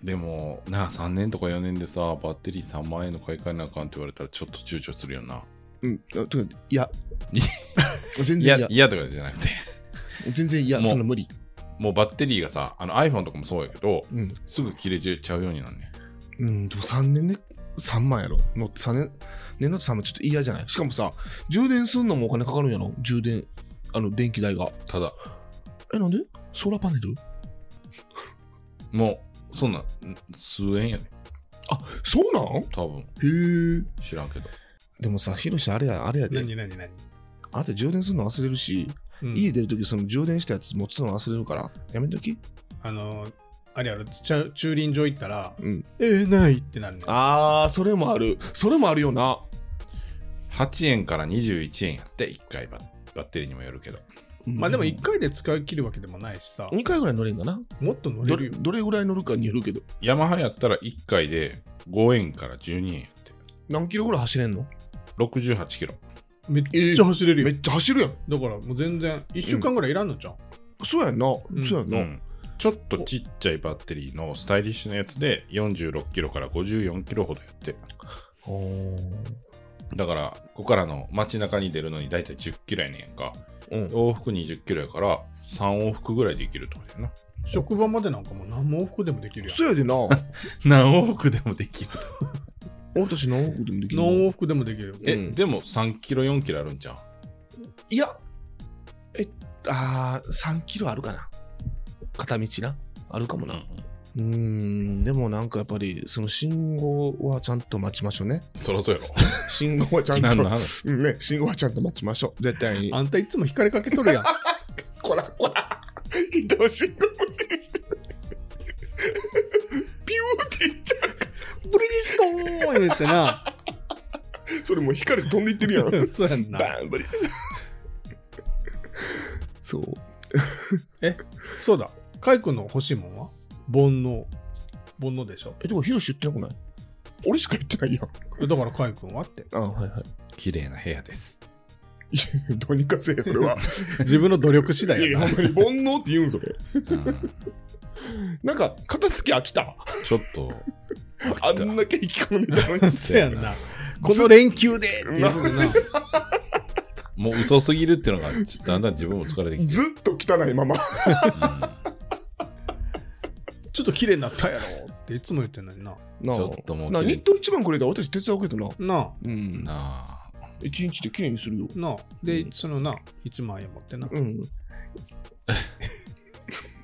Speaker 1: でもなあ3年とか4年でさバッテリー3万円の買い替えなあかんって言われたらちょっと躊躇するよな
Speaker 2: うん、あとにかくいや、全然
Speaker 1: いや
Speaker 2: いや、
Speaker 1: 嫌とかじゃなくて、 *laughs*
Speaker 2: 全然いや、
Speaker 1: もう
Speaker 2: そんな無理。
Speaker 1: もうバッテリーがさ、あの iPhone とかもそうやけど、
Speaker 2: うん、
Speaker 1: すぐ切れちゃうようになるね。
Speaker 2: うん、でも3年で3万やろ。もう3年、年の3万ちょっと嫌じゃないしかもさ、充電すんのもお金かかるんやろ充電、あの、電気代が。
Speaker 1: ただ、
Speaker 2: え、なんでソーラーパネル
Speaker 1: もう、そんなん、数円やね。
Speaker 2: あ、そうなん
Speaker 1: 多分
Speaker 2: へえ。
Speaker 1: 知らんけど。
Speaker 2: でもさ、ヒロシあれや、あれやで。
Speaker 3: 何何何
Speaker 2: あなた充電するの忘れるし、
Speaker 3: うん
Speaker 2: 家出るときその充電したやつ持つの忘れるから、やめとき
Speaker 3: あのー、あれやろ、駐駐輪場行ったら、
Speaker 2: うん。
Speaker 3: えー、ないってなるね。
Speaker 2: あー、それもある。それもあるよな。
Speaker 1: 8円から21円やって、1回ババッテリーにもよるけど。
Speaker 3: まあでも1
Speaker 2: 一
Speaker 3: 回で使い切るわけでもないしさ、
Speaker 2: 2回ぐらい乗れんだな。
Speaker 3: もっと乗
Speaker 2: ど
Speaker 3: れる
Speaker 2: れ
Speaker 3: よ。
Speaker 2: どれぐらい乗るかによるけど。
Speaker 1: ヤマハやったら1回で5円から12円やって。
Speaker 2: 何キロぐらい走れんの
Speaker 1: 68キロ。
Speaker 3: めっちゃ走れるよ。
Speaker 2: めっちゃ走るやん。
Speaker 3: だからもう全然、1週間ぐらいいらんのじゃん。
Speaker 2: そうやんな。
Speaker 3: ん
Speaker 2: そうやん
Speaker 1: う
Speaker 2: な。
Speaker 1: ん、ちょっとちっちゃいバッテリーのスタイリッシュなやつで46キロから54キロほどやって
Speaker 2: おー
Speaker 1: だからここからの街中に出るのに大体10キロやねんやんか
Speaker 2: うん、
Speaker 1: 往復20キロやから3往復ぐらいできるとかだよな
Speaker 3: 職場までなんかもう何往復でもできるやん。
Speaker 2: そうやでな。
Speaker 1: 何往復でもできる
Speaker 2: *laughs* 俺たち何往復でもできる
Speaker 3: 何
Speaker 2: の
Speaker 3: 往復でもできるよ。
Speaker 1: え、
Speaker 2: うん
Speaker 1: でも3キロ4キロあるんじゃん
Speaker 2: いや、え、あー、3キロあるかな。片道な。あるかもな。うーん、でもなんかやっぱり、その信号はちゃんと待ちましょうね。 *laughs*
Speaker 1: そらそうやろ
Speaker 2: 信号はちゃん
Speaker 1: 何の
Speaker 2: と、
Speaker 1: 話
Speaker 2: うんね、信号はちゃんと待ちましょう。絶対に。
Speaker 3: あんたいつも光りかけとる *laughs* やん。
Speaker 2: こらこら、 *laughs* 移動信号無視 *laughs* して。ピューっていっちゃ
Speaker 3: ブリストーン言ってな。
Speaker 2: う。それもう光で飛んでいってるや *laughs* ん。
Speaker 3: *laughs* そうやんな。
Speaker 2: バーンブリス。 *laughs* そう。
Speaker 3: そうだ。カイ君の欲しいもんは煩悩。煩悩でしょ。
Speaker 2: え、でもヒロシ言ってなくない俺しか言ってないやん。
Speaker 3: えだからカイ君はって。
Speaker 2: あはいはい。
Speaker 1: 綺麗な部屋です
Speaker 2: *laughs* どうにかせえ、それは。
Speaker 3: 自分の努力次
Speaker 2: い
Speaker 3: 第
Speaker 2: やい
Speaker 3: や
Speaker 2: や、
Speaker 3: な。
Speaker 2: ほんまに煩悩って言うん、それ。
Speaker 1: うん
Speaker 2: *laughs* なんか、片付け飽きた。
Speaker 1: ちょっと
Speaker 2: あ
Speaker 1: 飽きた
Speaker 2: んだけ引き込んでたのに。
Speaker 3: *laughs* そうやんな。この連休でって *laughs* いうことな。
Speaker 1: もう嘘すぎるっていうのがちょっとだんだん自分も疲れて
Speaker 2: *laughs*
Speaker 1: きて、
Speaker 2: ずっと汚いまま。
Speaker 3: ちょっと綺麗になったやろっていつも言ってんのにな。
Speaker 2: な
Speaker 1: ちょっともう
Speaker 2: な
Speaker 1: 綺麗
Speaker 2: ニット一番くれたら私手伝うけどな。
Speaker 3: なあ。
Speaker 2: うん。
Speaker 1: なあ
Speaker 2: 一日で綺麗にするよ。
Speaker 3: なあ。で、
Speaker 2: うん
Speaker 3: そのな、1万円持ってな。
Speaker 1: *laughs*
Speaker 2: うん。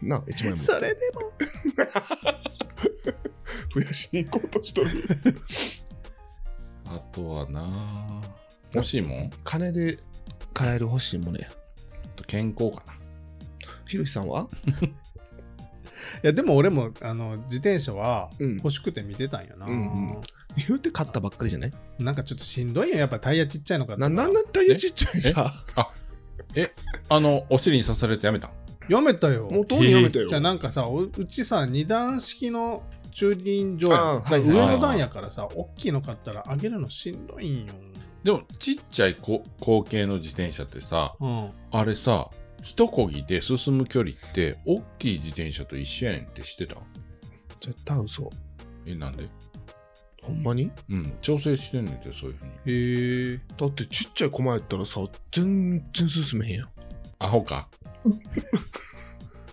Speaker 2: な、一枚も
Speaker 3: それでも。
Speaker 2: 増やしに行こうとしとる。
Speaker 1: あとはなあ欲しいもん
Speaker 2: 金で買える欲しいものや。
Speaker 1: 健康かな
Speaker 2: ひろしさんはい
Speaker 3: や、でも俺も、あの、自転車は
Speaker 2: うん
Speaker 3: 欲しくて見てたんやな。
Speaker 2: うん言うて買ったばっかりじゃない
Speaker 3: なんかちょっとしんどいよ。やっぱタイヤちっちゃいのか
Speaker 2: な、なんなんタイヤちっちゃいさ。
Speaker 1: あの、お尻に刺されてやめたん
Speaker 3: やめたよ。
Speaker 2: もうとうにやめたよ
Speaker 3: じゃあ。なんかさおうちさ二段式の駐輪場や
Speaker 2: あ
Speaker 3: ん
Speaker 2: ーはい
Speaker 3: だから上の段やからさ大きいの買ったら上げるのしんどいんよ、
Speaker 1: でも、ちっちゃいこ後継の自転車ってさ、
Speaker 3: うん、
Speaker 1: あれさ、一こぎで進む距離って、大きい自転車と一緒やねんって知ってた
Speaker 2: 絶対嘘。
Speaker 1: え、なんで
Speaker 2: ほんまに
Speaker 1: うん、調整してんねんって、そういうふう
Speaker 3: へ
Speaker 1: に。
Speaker 3: え
Speaker 2: だってちっちゃい駒やったらさ、全然進めへんやん。
Speaker 1: アホか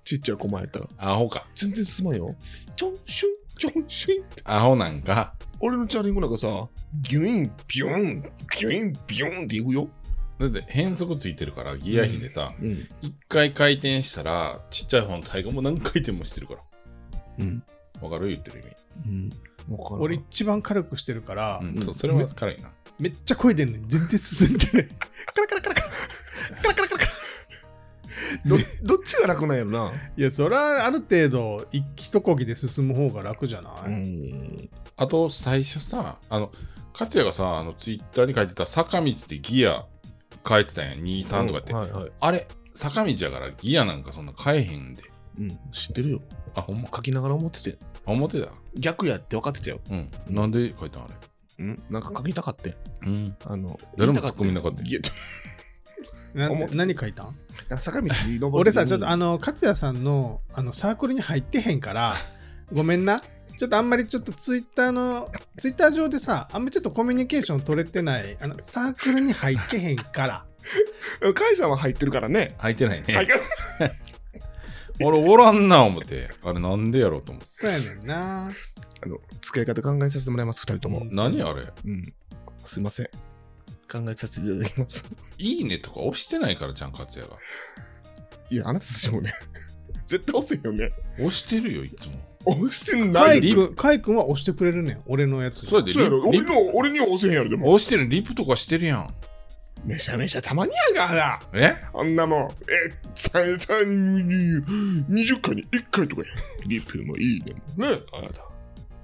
Speaker 2: ちっちゃい駒やったら。
Speaker 1: アホか
Speaker 2: 全然進まんよ。ちょんしゅん、ちょんしゅんって。
Speaker 1: アホなんか
Speaker 2: 俺のチャリンコなんかさ、ギュイン、ビュン、ギュイン、ビュンっていくよ。
Speaker 1: だって変速ついてるから、ギア比でさ、
Speaker 2: うん。
Speaker 1: 一、回回転したら、ちっちゃい方のタイヤも何回転もしてるから。
Speaker 2: うん。
Speaker 1: わかる言ってる意味。
Speaker 2: うん。わからん
Speaker 3: 俺一番軽くしてるから、
Speaker 1: うん、そうそれは軽いな。
Speaker 3: めっちゃこいでんのに全然進んでないカラカラカラカラカラカラカラカラ
Speaker 2: ど *laughs* どっちが楽なんやろな。
Speaker 3: いやそれはある程度一一こぎで進む方が楽じゃない、
Speaker 2: ん。
Speaker 1: あと、最初さ、あの、勝也がさ、あの、ツイッターに書いてた、坂道でギア変えてたんや、23とかって。
Speaker 2: はいはい。
Speaker 1: あれ、坂道やからギアなんかそんな変えへんで。
Speaker 2: うん。知ってるよ。
Speaker 1: あ、ほんまか。
Speaker 2: 書きながら思ってて。
Speaker 1: あ表だ。
Speaker 2: 逆やって分かってたよ。
Speaker 1: うん。なんで書いたんあれ。
Speaker 2: うん。なんか書きたかって。
Speaker 1: うん。
Speaker 2: あの、
Speaker 1: 誰も
Speaker 2: 言い
Speaker 1: 突
Speaker 2: た
Speaker 1: っ
Speaker 2: か
Speaker 1: 込みなかったよ
Speaker 2: いやちょ
Speaker 3: なん
Speaker 2: 思って
Speaker 3: て何書いたん
Speaker 2: なんか坂道に登 *laughs* る時に。
Speaker 3: 俺さ
Speaker 2: *laughs*
Speaker 3: ちょっとあの勝也さんのあのサークルに入ってへんからごめんなちょっとあんまりちょっとツイッターの、ツイッター上でさ、あんまりちょっとコミュニケーション取れてない、あの、サークルに入ってへんから。 *laughs*
Speaker 2: うん甲斐さんは入ってるからね。
Speaker 1: 履いてないね。
Speaker 2: はい
Speaker 1: 俺おらんな思って。あれなんでやろうと思って。
Speaker 3: そうやねんな。
Speaker 2: あの使い方考えさせてもらいます、二人とも。
Speaker 1: 何あれ
Speaker 2: うん。すいません。考えさせていただきます。 *laughs*
Speaker 1: いいねとか押してないからじゃん、勝也が。
Speaker 2: いや、あなたたちもね、 *laughs* 絶対押せよね。
Speaker 1: 押してるよ、いつも。
Speaker 2: 押して
Speaker 3: カ
Speaker 2: な
Speaker 3: イ
Speaker 2: い。
Speaker 1: リ
Speaker 3: 君、カイ君は押してくれるねん、俺のやつ。
Speaker 1: そうやで、
Speaker 2: そうやろ、俺
Speaker 1: リリ
Speaker 2: の、俺には押せへんやろ、でも。
Speaker 1: 押してる、リプとかしてるやん。
Speaker 2: めちゃめちゃたまにやがら、
Speaker 1: え
Speaker 2: あんなもん。え、たたに、20回に1回とかや。リプもいいねもね、あなた。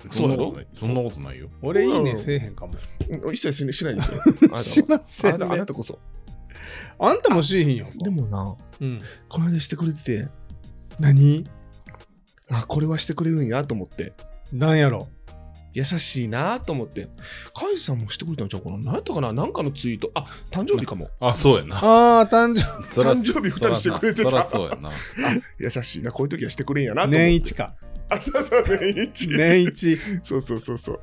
Speaker 1: そ
Speaker 2: そうう
Speaker 1: や
Speaker 2: や
Speaker 1: ろ
Speaker 2: ろ
Speaker 1: そんなことないよ。
Speaker 3: 俺いいねせえへんかも。
Speaker 2: うん一切ししないですよ。あ
Speaker 3: し
Speaker 2: な
Speaker 3: ません
Speaker 2: たあな
Speaker 3: ね。
Speaker 2: たこそ。
Speaker 3: あんたもしいひんよ。
Speaker 2: でもな、
Speaker 3: うん。
Speaker 2: この間してくれてて、
Speaker 3: 何
Speaker 2: あ、これはしてくれるんやと思って。
Speaker 3: なんやろ。
Speaker 2: 優しいなと思って。カイさんもしてくれたんちゃうかな何やったかななんかのツイート。あ、誕生日かも。
Speaker 1: あ、そうやな。
Speaker 3: ああ、誕生
Speaker 1: そら
Speaker 2: 誕生日二人してくれてた
Speaker 1: そらなそらそうやな。
Speaker 2: 優しいな。こういう時はしてくれんやなと思って。
Speaker 3: 年一か。
Speaker 2: あ、そうそう、年一。
Speaker 3: 年一。
Speaker 2: そうそうそうそう。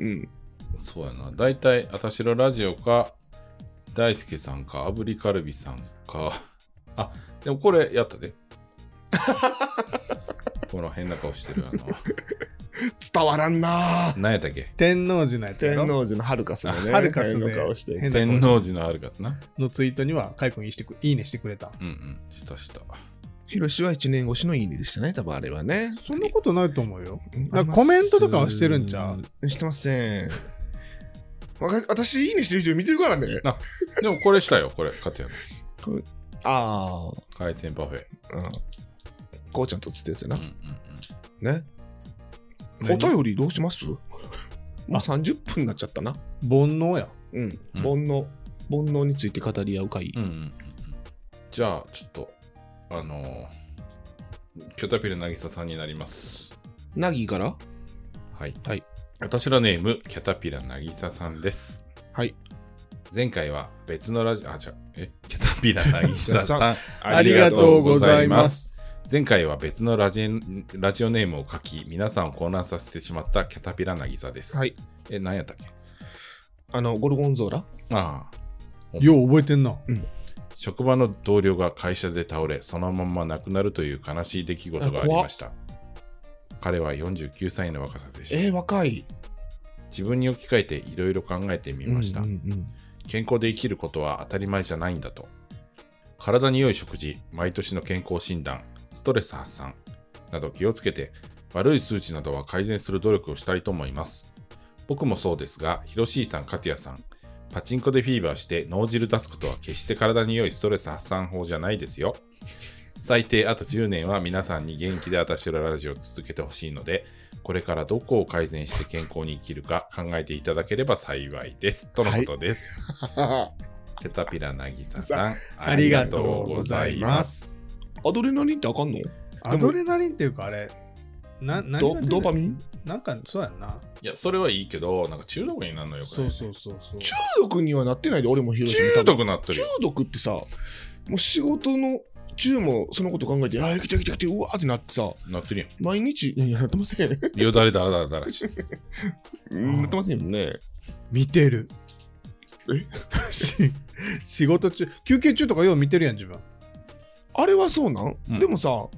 Speaker 2: うん。
Speaker 1: そうやな。大体、あたしろラジオか、大輔さんか、炙りカルビさんか。あ、でもこれやっ
Speaker 2: *laughs*
Speaker 1: たで。この変な顔してるあの。
Speaker 2: 伝わらんな
Speaker 1: 何やったっけ
Speaker 3: 天王寺のやつや
Speaker 2: 天
Speaker 3: ろ
Speaker 2: 王寺のハルカスのね。
Speaker 3: ハルカスね
Speaker 2: の顔して。
Speaker 3: 変な
Speaker 1: 天
Speaker 3: 顔
Speaker 1: 王寺のあるかすな。
Speaker 3: のツイートには、カイ君いいしてくいいねしてくれた。
Speaker 1: うんうん。したした。
Speaker 2: ヒロシは1年越しのいいねでしたね、多分あれはね。
Speaker 3: そんなことないと思うよ。
Speaker 2: うん
Speaker 3: なんかコメントとかはしてるんちゃ
Speaker 2: うしてません。わか私、いいねしてる人見てるからね。
Speaker 1: でもこれしたよ、これ、勝也の。
Speaker 2: ああ。
Speaker 1: 海鮮パフェ。
Speaker 2: うん。こうちゃんとつってやつや
Speaker 1: うん
Speaker 2: な
Speaker 1: うん。うん。
Speaker 2: ね。お
Speaker 1: 何
Speaker 2: 便りどうし *laughs* ますもう30分になっちゃったな。
Speaker 3: 煩悩や。
Speaker 2: うん。煩悩。煩悩について語り合う会
Speaker 1: う。んうんうんうんじゃあちょっとあのー、キョタピル渚さんになります
Speaker 2: なぎから
Speaker 1: はい
Speaker 2: はい
Speaker 1: 私のネームキャタピラ渚さんです
Speaker 2: はい
Speaker 1: 前回は別のラジオあじゃえキャタピラ渚さん
Speaker 3: ありがとうございます
Speaker 1: 前回は別のラジオラジオネームを書き皆さんを混乱させてしまったキャタピラ渚です、
Speaker 2: はい。
Speaker 1: え何やったっけ
Speaker 2: あの、ゴルゴンゾーラ
Speaker 1: ああ
Speaker 3: よう覚えてんな。
Speaker 1: 職場の同僚が会社で倒れそのまま亡くなるという悲しい出来事がありました彼は49歳の若さでした
Speaker 2: えー、若い。
Speaker 1: 自分に置き換えていろいろ考えてみま
Speaker 2: *laughs*
Speaker 1: した、
Speaker 2: うんうんうん
Speaker 1: 健康で生きることは当たり前じゃないんだと体に良い食事毎年の健康診断ストレス発散など気をつけて悪い数値などは改善する努力をしたいと思います僕もそうですがヒロシーさん勝也さんパチンコでフィーバーして脳汁出すことは決して体に良いストレス発散法じゃないですよ最低あと10年は皆さんに元気で私らラジオを続けてほしいのでこれからどこを改善して健康に生きるか考えていただければ幸いですとのことです、テタピラなぎささん、
Speaker 3: ありがとうございます。
Speaker 2: アドレナリンってあかんの
Speaker 3: アドレナリンっていうかあれ、な、何が出
Speaker 2: ド
Speaker 3: る
Speaker 2: ドーパミン
Speaker 3: なんかそうやんな。
Speaker 1: いや、それはいいけど、なんか中毒になるのよく
Speaker 3: そ
Speaker 1: ないう
Speaker 3: そうそうそう。
Speaker 2: 中毒にはなってないで、俺も広島
Speaker 1: 中毒なってる
Speaker 2: 中
Speaker 1: よ。
Speaker 2: 毒ってさ、もう仕事の中もそのこと考えて、あー、来た来た来て、うわーってなってさ、
Speaker 1: なってるよ。
Speaker 2: 毎日、いやいや、なってま *laughs* せん。な
Speaker 1: よだれだらだらだらし。
Speaker 3: ん
Speaker 2: ってませんよね。
Speaker 3: 見てる。
Speaker 2: え
Speaker 3: *laughs* し仕事中、休憩中とかよう見てるやん、自分。
Speaker 2: あれはそうなん、
Speaker 1: うん
Speaker 2: でもさ、あ、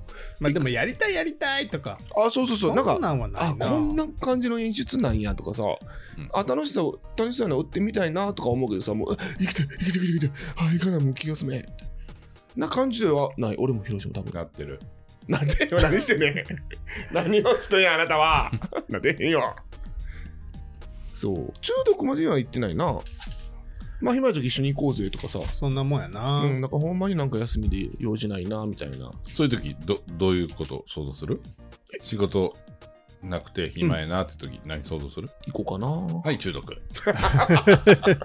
Speaker 3: まあでもやりたいやりたいとか。
Speaker 2: そうそうそ
Speaker 3: そ、
Speaker 2: うんなんか、
Speaker 3: なんはない
Speaker 2: あ、
Speaker 3: な。
Speaker 2: こんな感じの演出なんやとかさ、
Speaker 1: うん
Speaker 2: あ、楽しさを、楽しさな打ってみたいなとか思うけどさ、もう、あ行きたい、行きたい、行きたい、行きたい、あ、行かない、もう気が済めん。な感じではない、俺も広島多分。
Speaker 1: なってる。
Speaker 2: *laughs* なんでよ、何してん *laughs* ねん。何をしてんや、あなた *laughs* は。なんでへんよ。そう。中毒までは行ってないな。まあ、暇な時一緒に行こうぜとかさ。
Speaker 3: そんなもんやな。
Speaker 2: うん、なんかほんまになんか休みで用事ないな、みたいな。
Speaker 1: そういう時ど、どういうこと想像する仕事なくて暇やなって時、何想像する
Speaker 2: 行こうかな。
Speaker 1: はい、中毒。
Speaker 2: 行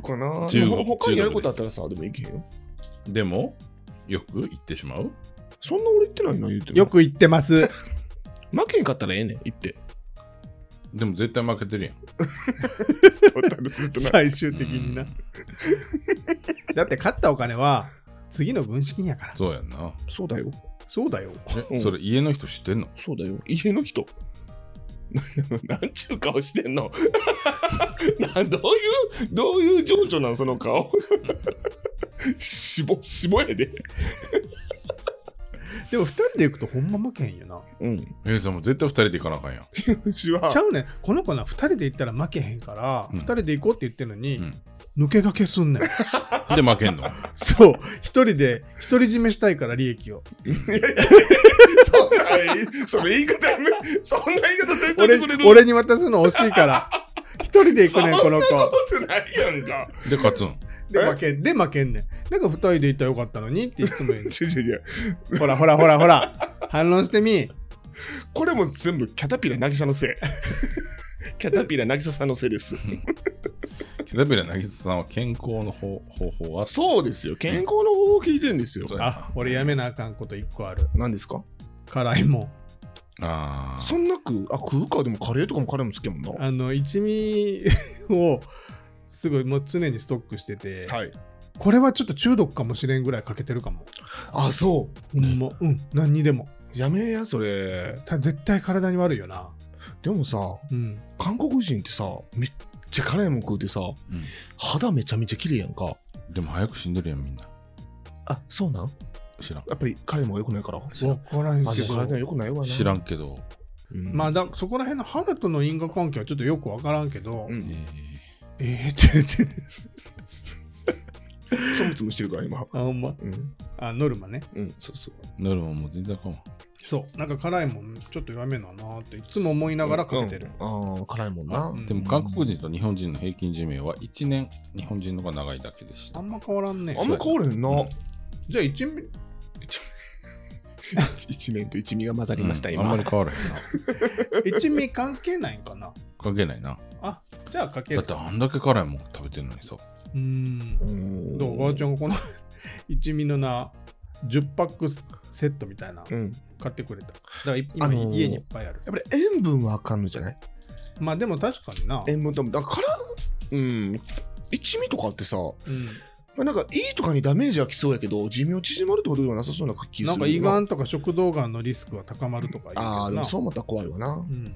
Speaker 2: こうかな。で
Speaker 1: 中国
Speaker 2: も他
Speaker 1: 中国
Speaker 2: にやることあったらさ、でも行けへんよ。
Speaker 1: でも、よく行ってしまう
Speaker 2: そんな俺行ってないな、言うても。
Speaker 3: よく言って
Speaker 2: *laughs*
Speaker 3: ます。
Speaker 2: 負けんかったらええねん、
Speaker 3: *laughs*
Speaker 2: 行って。
Speaker 1: でも絶対負けてるやん。
Speaker 2: トータルするとな。
Speaker 3: 最終的に
Speaker 1: う。
Speaker 3: なんだって勝ったお金は次の軍資金やから。
Speaker 1: そうやんな。
Speaker 2: そうだよ。
Speaker 3: そうだよ。
Speaker 1: え、それ家の人知ってんの
Speaker 2: そうだよ。家の人。 *laughs* なんちゅう顔してんの *laughs* などういうどういう情緒なんその顔しぼしぼやで
Speaker 3: でも二人で行くとほんま負けへんよな。
Speaker 2: うん
Speaker 1: えー、さんも絶対二人で行かなあかんやん。
Speaker 2: うちは
Speaker 3: ちゃうねんこの子な、二人で行ったら負けへんから、
Speaker 1: うん
Speaker 3: 二人で行こうって言ってるのに、
Speaker 1: うん
Speaker 3: 抜け駆けすんねん。 *laughs*
Speaker 1: で、負けんの。
Speaker 3: そう、一人で、独り占めしたいから利益を。
Speaker 2: そんなそれ言い方やめそんな言い方せんとい
Speaker 3: 俺
Speaker 2: てくれる
Speaker 3: 俺に渡すの惜しいから、一人で行くねん、
Speaker 2: そ
Speaker 3: こ
Speaker 2: んな
Speaker 3: の子。
Speaker 2: ことないやんか
Speaker 1: で、勝つん。
Speaker 3: で負けん、で負けんねん。なんか二人で行ったらよかったのにっていつも言うね
Speaker 2: 違う違う違う
Speaker 3: のほらほらほらほら、反論してみ。
Speaker 2: これも全部キャタピラ渚のせ
Speaker 3: *laughs*
Speaker 2: いキャタピラ渚さんのせいです
Speaker 1: キャタピラ渚さんは健康の方方法は
Speaker 2: そうですよ健康の方法を聞いてるんですよ
Speaker 1: そう
Speaker 3: あ、俺やめなあかんこと一個ある。
Speaker 2: 何ですか
Speaker 3: 辛いもん。
Speaker 1: ああ。
Speaker 2: そんなくあ食うかでもカレーとかもカレーも好きやもんな
Speaker 3: あの、一味を、すごいもう常にストックしてて、
Speaker 2: はい
Speaker 3: これはちょっと中毒かもしれんぐらいかけてるかも。
Speaker 2: あそう
Speaker 3: ほんま、うん、何にでも。
Speaker 2: やめやそれ
Speaker 3: た絶対体に悪いよな。
Speaker 2: でもさ
Speaker 3: うん。
Speaker 2: 韓国人ってさめっちゃ辛いもん食うてさ
Speaker 1: うん
Speaker 2: 肌めちゃめちゃ綺麗やんか
Speaker 1: でも早く死んでるやん、みんな。
Speaker 2: あそうなん
Speaker 1: 知らん。
Speaker 2: やっぱり辛いもんが良くないからあ
Speaker 1: 知らん
Speaker 3: わからへん
Speaker 2: で
Speaker 3: け
Speaker 2: も
Speaker 3: ど。
Speaker 2: 体良くないわな
Speaker 1: 知らんけど。
Speaker 2: うん
Speaker 3: まあだそこら辺の肌との因果関係はちょっとよく分からんけど、
Speaker 2: う
Speaker 1: え
Speaker 2: ん
Speaker 1: ー
Speaker 3: えー、って言ってね
Speaker 2: つむつむしてるから今
Speaker 3: あほんま
Speaker 2: うん
Speaker 3: あノルマね
Speaker 2: うんそうそう
Speaker 1: ノルマも全然あかんわ。
Speaker 3: そうなんか辛いもんちょっと弱めななっていつも思いながらかけてる、
Speaker 2: うんああ辛いもんな
Speaker 1: あでも韓国人と日本人の平均寿命は1年、日本人の方が長いだけでし
Speaker 3: あ
Speaker 1: た。
Speaker 3: んま変わらんね
Speaker 2: あんま変わらへんな、
Speaker 1: うん
Speaker 3: じゃあ一味
Speaker 2: *laughs* 一年と一味が混ざ
Speaker 1: うんあんまり変わらへんな。
Speaker 3: 一味関係ないんかな
Speaker 1: 関係ないな。
Speaker 3: あじゃあかけ
Speaker 1: だ
Speaker 3: る
Speaker 1: ってあんだけ辛いもん食べてるのにさ。
Speaker 3: うーん
Speaker 2: うん
Speaker 3: どうばあちゃんがこの *laughs* 一味のな10パックセットみたいな
Speaker 2: うん
Speaker 3: 買ってくれただからい今、
Speaker 2: あのー
Speaker 3: 家にいっぱいある
Speaker 2: やっぱり塩分はあかんのじゃない
Speaker 3: まあでも確かにな、
Speaker 2: 塩分ともだからうん一味とかってさ
Speaker 3: うん、
Speaker 2: まあなんかいいとかにダメージはきそうやけど寿命縮まるってことではなさそうな気が
Speaker 3: な
Speaker 2: す
Speaker 3: ん
Speaker 2: る
Speaker 3: か
Speaker 2: よ
Speaker 3: 胃がんとか食道がんのリスクは高まるとか言うけどな
Speaker 2: ああでもそうまた怖いわな
Speaker 3: うん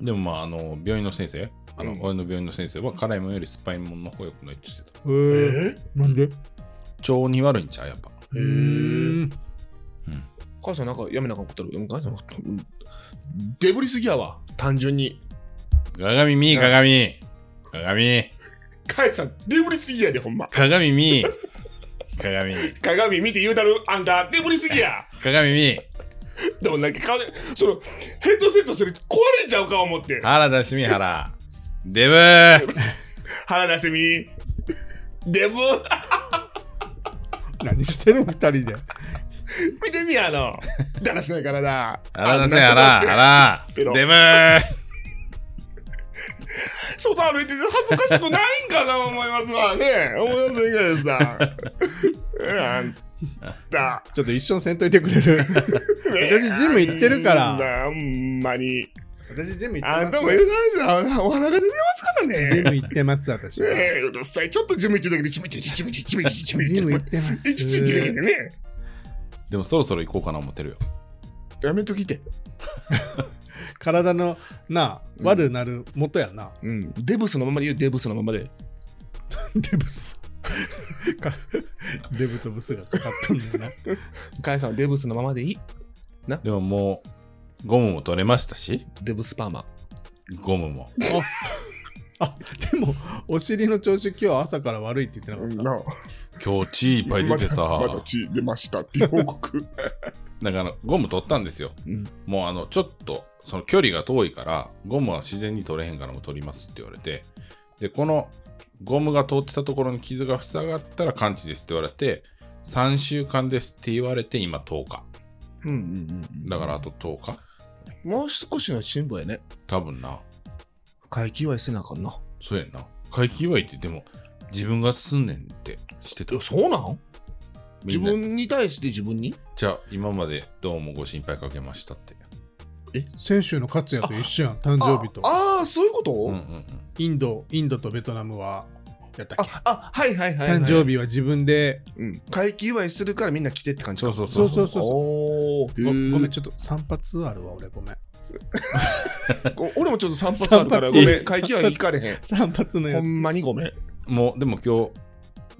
Speaker 2: うん
Speaker 1: でもまあ、あの、病院の先生、あの、
Speaker 2: うん
Speaker 1: 俺の病院の先生は辛いもんより酸っぱいもんの方が良くないって言ってた。
Speaker 3: へーなんで
Speaker 1: 腸に悪いんちゃうやっぱ。
Speaker 2: へ
Speaker 3: へ
Speaker 2: ー
Speaker 3: ー
Speaker 2: 母さんなんかやめなあかんことあるでも母さんうんデブリすぎやわ単純に
Speaker 1: 鏡見鏡鏡
Speaker 2: 母さんデブリすぎやでほんま
Speaker 1: 鏡見鏡
Speaker 2: 鏡見て言うたるあんたデブリすぎ
Speaker 3: *laughs*
Speaker 2: や
Speaker 1: 鏡見
Speaker 2: でもなんか顔でそのヘッドセットする壊れちゃうか思って
Speaker 1: 原田清原デブー
Speaker 2: 原田せみデブ
Speaker 3: 何してる二人で
Speaker 2: 見てみやあの *laughs* だらしないからな
Speaker 1: 原田清原
Speaker 2: ペロ
Speaker 1: 原デブー
Speaker 2: 外歩いてて恥ずかしくないんかな思いますわね思いませんけどさあんた
Speaker 3: ちょっと一緒にせんといてくれ
Speaker 2: *laughs*
Speaker 3: る私ジム行ってるから
Speaker 2: あんまに
Speaker 3: 私ジム行
Speaker 2: あん
Speaker 3: って
Speaker 2: たも
Speaker 3: ま
Speaker 2: 言
Speaker 3: す
Speaker 2: うないですよお腹出てますから
Speaker 3: ジ
Speaker 2: ね
Speaker 3: ム行ってます私
Speaker 2: ね
Speaker 3: は
Speaker 2: えうるさいちょっとジム行ってるだけでチムチムチチムチチムチチムチ
Speaker 3: ジ
Speaker 2: チ
Speaker 3: ム
Speaker 2: ム
Speaker 3: 行ってます
Speaker 2: チチってだけでね
Speaker 1: でもそろそろ行こうかな思ってるよ
Speaker 2: やめときて
Speaker 3: 体のなあ
Speaker 2: うん
Speaker 3: 悪なる元やな、
Speaker 2: うんデブスのままで言うデブスのままで
Speaker 3: デブスかデブとブスがかかったんだよな
Speaker 2: 母さんはデブスのままでいい
Speaker 1: でももうゴムも取れましたし
Speaker 2: デブスパーマ
Speaker 1: ゴムも
Speaker 3: あでもお尻の調子今日朝から悪いって言ってなかっ
Speaker 2: な
Speaker 1: 今日血いっぱい出てさ、
Speaker 2: まだ血出ましたっていう報告
Speaker 1: だからゴム取ったんですよ
Speaker 2: うん
Speaker 1: *laughs* もうあのちょっとその距離が遠いからゴムは自然に取れへんからもう取りますって言われてでこのゴムが通ってたところに傷が塞がったら完治ですって言われて3週間ですって言われて今10日
Speaker 2: うんうんうん
Speaker 1: だからあと10日
Speaker 2: もう少しの辛抱やね
Speaker 1: 多分な
Speaker 2: 会期はせなあかんな
Speaker 1: そうやんな回帰祝いってでも自分がすんねんってしてた
Speaker 2: いやそうなん
Speaker 1: み
Speaker 2: 自
Speaker 1: んな
Speaker 2: 分に対して自分に
Speaker 1: じゃあ今までどうもご心配かけましたって
Speaker 3: た先週の勝也と一緒やん誕生日と
Speaker 2: ああーそういうこと、
Speaker 1: うんうんうん
Speaker 3: インドインドとベトナムはやったっけ
Speaker 2: ああはいはいはい、はい、
Speaker 3: 誕生、日は自分で
Speaker 2: うん、会期祝いするからみんな来てって感じ
Speaker 1: そうそうう
Speaker 3: そ
Speaker 1: そうう
Speaker 3: そう
Speaker 1: そう
Speaker 3: そう
Speaker 2: おお
Speaker 3: ごごめん、ちょっと散髪あるわ、俺ごめん。
Speaker 2: ご俺もちょっと散髪あるから、
Speaker 3: 散
Speaker 2: ご
Speaker 3: 髪
Speaker 2: めん、会期は行かれへ
Speaker 3: 散髪の
Speaker 2: ん。ほ
Speaker 3: やつ。
Speaker 2: んまにごめん。
Speaker 1: もう、でも今日、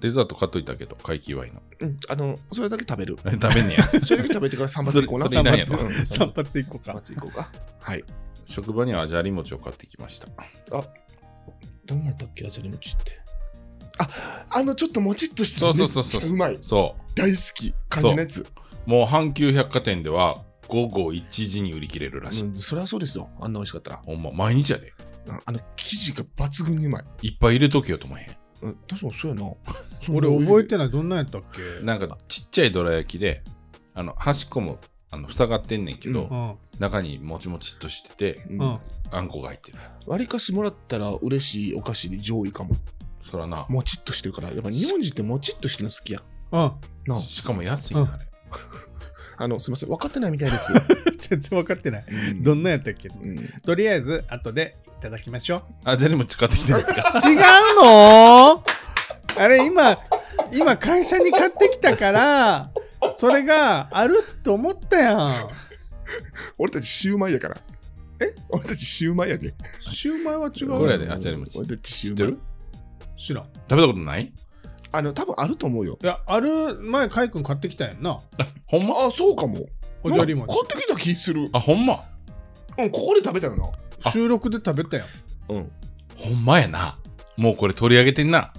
Speaker 1: デザート買っといたけど、会期祝いの。 *laughs*
Speaker 2: うん、あの、それだけ食べる。
Speaker 1: 食べんねや。
Speaker 2: それだけ食べてから散髪行こうな。
Speaker 1: それそれいらんや
Speaker 2: 散
Speaker 1: ろ
Speaker 2: 髪うん
Speaker 3: 散髪行こう
Speaker 2: 散
Speaker 3: か。
Speaker 2: 髪行こうか。はい。
Speaker 1: 職場にはあじゃり餅を買ってきました。
Speaker 2: どんなったっけ、あじゃり餅って。あ、あの、ちょっともちっとして
Speaker 1: そうそうそうそう
Speaker 2: うまい。
Speaker 1: そ
Speaker 2: 大好き。感じのやつ。
Speaker 1: う。もう阪急百貨店では午後1時に売り切れるらしい。
Speaker 2: うん、それはそうですよ。あんな美味しかったら。
Speaker 1: ほんま、毎日やで。
Speaker 2: うんあの、生地が抜群にうまい。
Speaker 1: いっぱい入れとけよと思えへ
Speaker 2: うん、確かにそうやな。
Speaker 3: 俺覚えてない。どんなんやったっけ
Speaker 1: ん。なんか、ちっちゃいどら焼きで、あの、端っこも、あの、塞がってんねんけど、
Speaker 2: う
Speaker 3: うん。
Speaker 1: 中にもちもちっとしてて、
Speaker 2: う
Speaker 3: うんん。
Speaker 1: あんこが入ってる。
Speaker 2: わりかしもらったら嬉しいお菓子で上位かも。
Speaker 1: そらな、
Speaker 2: もちっとしてるから。やっぱ日本人ってもちっとしてるの好きやん。
Speaker 3: うん。 *laughs*
Speaker 2: なあ
Speaker 1: しかも安いな、あれ。
Speaker 2: あの、すみません。分かってないみたいです。
Speaker 3: 全然分かってない。
Speaker 2: *laughs* うん
Speaker 3: どんなんやったっけ
Speaker 2: うん
Speaker 3: とりあえず、後でいただきましょ
Speaker 1: あじゃり餅買ってきてないですか
Speaker 3: *laughs* う。違うのあれ、今、今、会社に買ってきたから、それがあると思ったやん。
Speaker 2: 俺たちシューマイやから。え俺たちシューマイやで。
Speaker 3: シューマイは違うの。
Speaker 1: これやであじゃり餅
Speaker 2: 俺たちシュ
Speaker 1: 知
Speaker 2: ー
Speaker 1: って
Speaker 2: マイ。
Speaker 1: る
Speaker 3: 知らん。
Speaker 1: 食べたことない
Speaker 2: あの、多分あると思うよ。
Speaker 3: いや、ある前、カイ君買ってきたやんな。
Speaker 1: ほんま
Speaker 2: あ、そうかも。
Speaker 3: おじゃり
Speaker 2: なんか
Speaker 3: 餅。
Speaker 2: 買ってきた気する。
Speaker 1: あほんま
Speaker 2: うん、ここで食べたよな。
Speaker 1: あ
Speaker 3: 収録で食べたやん。
Speaker 2: うん。
Speaker 1: ほんまやなもうこれ取り上げてんな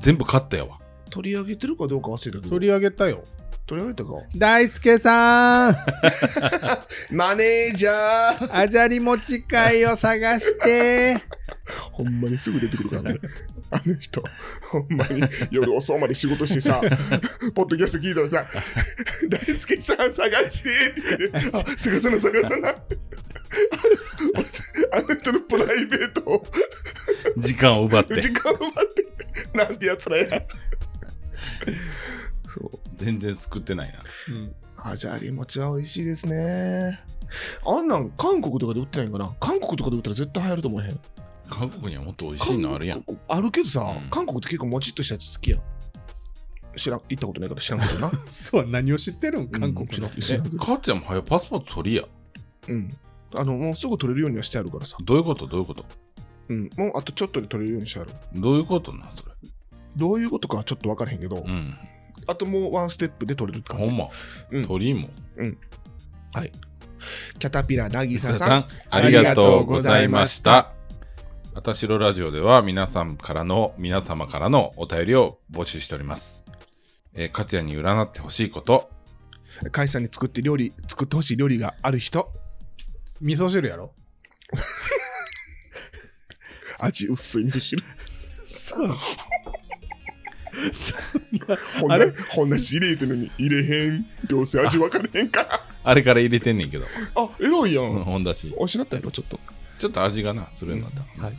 Speaker 1: 全部買ったやわ
Speaker 2: 取り上げてるかどうか忘れたけど。
Speaker 3: 取り上げたよ。
Speaker 2: 取り上げたか。
Speaker 3: 大輔 *laughs* さん、
Speaker 2: マネージャー。
Speaker 3: あじゃり餅会を探して。
Speaker 2: *laughs* ほんまにすぐ出てくるからね。 *laughs* あの人、ほんまに夜遅うまで仕事して *laughs* さ、ポッドキャスト聞いた *laughs* らさ、大輔さん探してって言って、あ探さな探さな。あのあの人のプライベートを
Speaker 1: 時間を奪っ
Speaker 2: *laughs*
Speaker 1: て
Speaker 2: 時間を奪って、なんてやつらや。そう。
Speaker 1: 全然救ってないな
Speaker 3: うん、
Speaker 2: あじゃり餅は美味しいですね。あんなん韓国とかで売ってないんかな韓国とかで売ったら絶対流行ると思えへん。
Speaker 1: 韓国にはもっと美味しいのあるやん
Speaker 2: 韓国あるけどさ、
Speaker 1: うん
Speaker 2: 韓国って結構もちっとしたやつ好きやん。知らん、行ったことないから知らんけ
Speaker 1: *laughs*
Speaker 2: どな。
Speaker 3: そう、何を知ってるん韓
Speaker 2: うん知
Speaker 3: 国
Speaker 2: ら
Speaker 3: の
Speaker 2: ん。知
Speaker 1: え
Speaker 2: らんけど。
Speaker 1: 母ちゃんもはよパスポート取りや
Speaker 2: うん。あの、もうすぐ取れるようにはしてあるからさ。
Speaker 1: どういうことどういうこと
Speaker 2: うん。もうあとちょっとで取れるようにしてある。
Speaker 1: どういうことなんそれ
Speaker 2: どういうことかはちょっと分からへんけど、
Speaker 1: うん
Speaker 2: あともうワンステップで取れるって感
Speaker 1: ほ
Speaker 2: じ
Speaker 1: ん。ま、
Speaker 2: うん
Speaker 1: 鳥も
Speaker 2: キャタピラ、なぎさ
Speaker 1: さ
Speaker 2: さん。
Speaker 1: んありがとうございましたあたしろラジオでは皆さんからの皆様からのお便りを募集しております、えー、勝也に占ってほしいこと
Speaker 2: 会社に作って料理、作ってほしい料理がある人。
Speaker 3: 味噌汁やろ
Speaker 2: 味薄い味噌汁。
Speaker 3: そう。そ
Speaker 2: ほん
Speaker 3: あ
Speaker 2: な
Speaker 3: れ、
Speaker 2: ほんなし入れてんのに入れへん。どうせ味分からへんから。
Speaker 1: あれから入れてんねんけど、
Speaker 2: *laughs* あ、エロいや
Speaker 1: うん、
Speaker 2: ん。
Speaker 1: ほんだし
Speaker 2: おしなったやろ、ちょっと。
Speaker 1: ちょっと味がなするようになった、
Speaker 2: はい。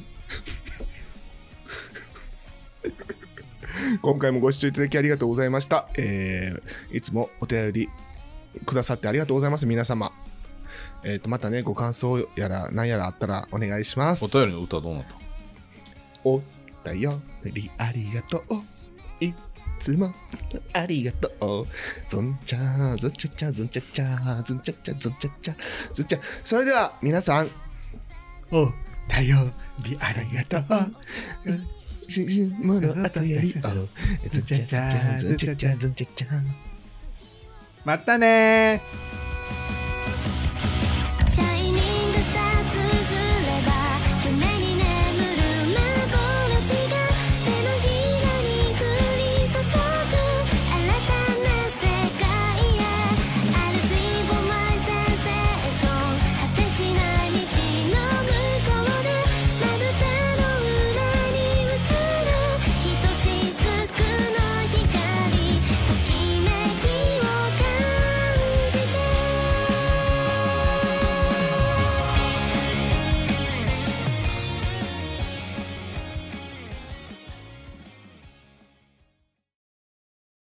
Speaker 2: 今回もご視聴いただきありがとうございました。えーいつもお便りくださってありがとうございます、皆様。えっ、と、またね、ご感想やら何やらあったらお願いします。
Speaker 1: お便りの歌どうなった
Speaker 2: お便りありがとう。いつもありがとう。ずんちゃずんちゃちゃずんちゃちゃずんちゃちゃずんちゃちゃずんちゃ。それでは皆さん、お便りありがとう。ししもの後よりおずんちゃずんちゃずんちゃずんちゃずんちゃ。
Speaker 3: またねー。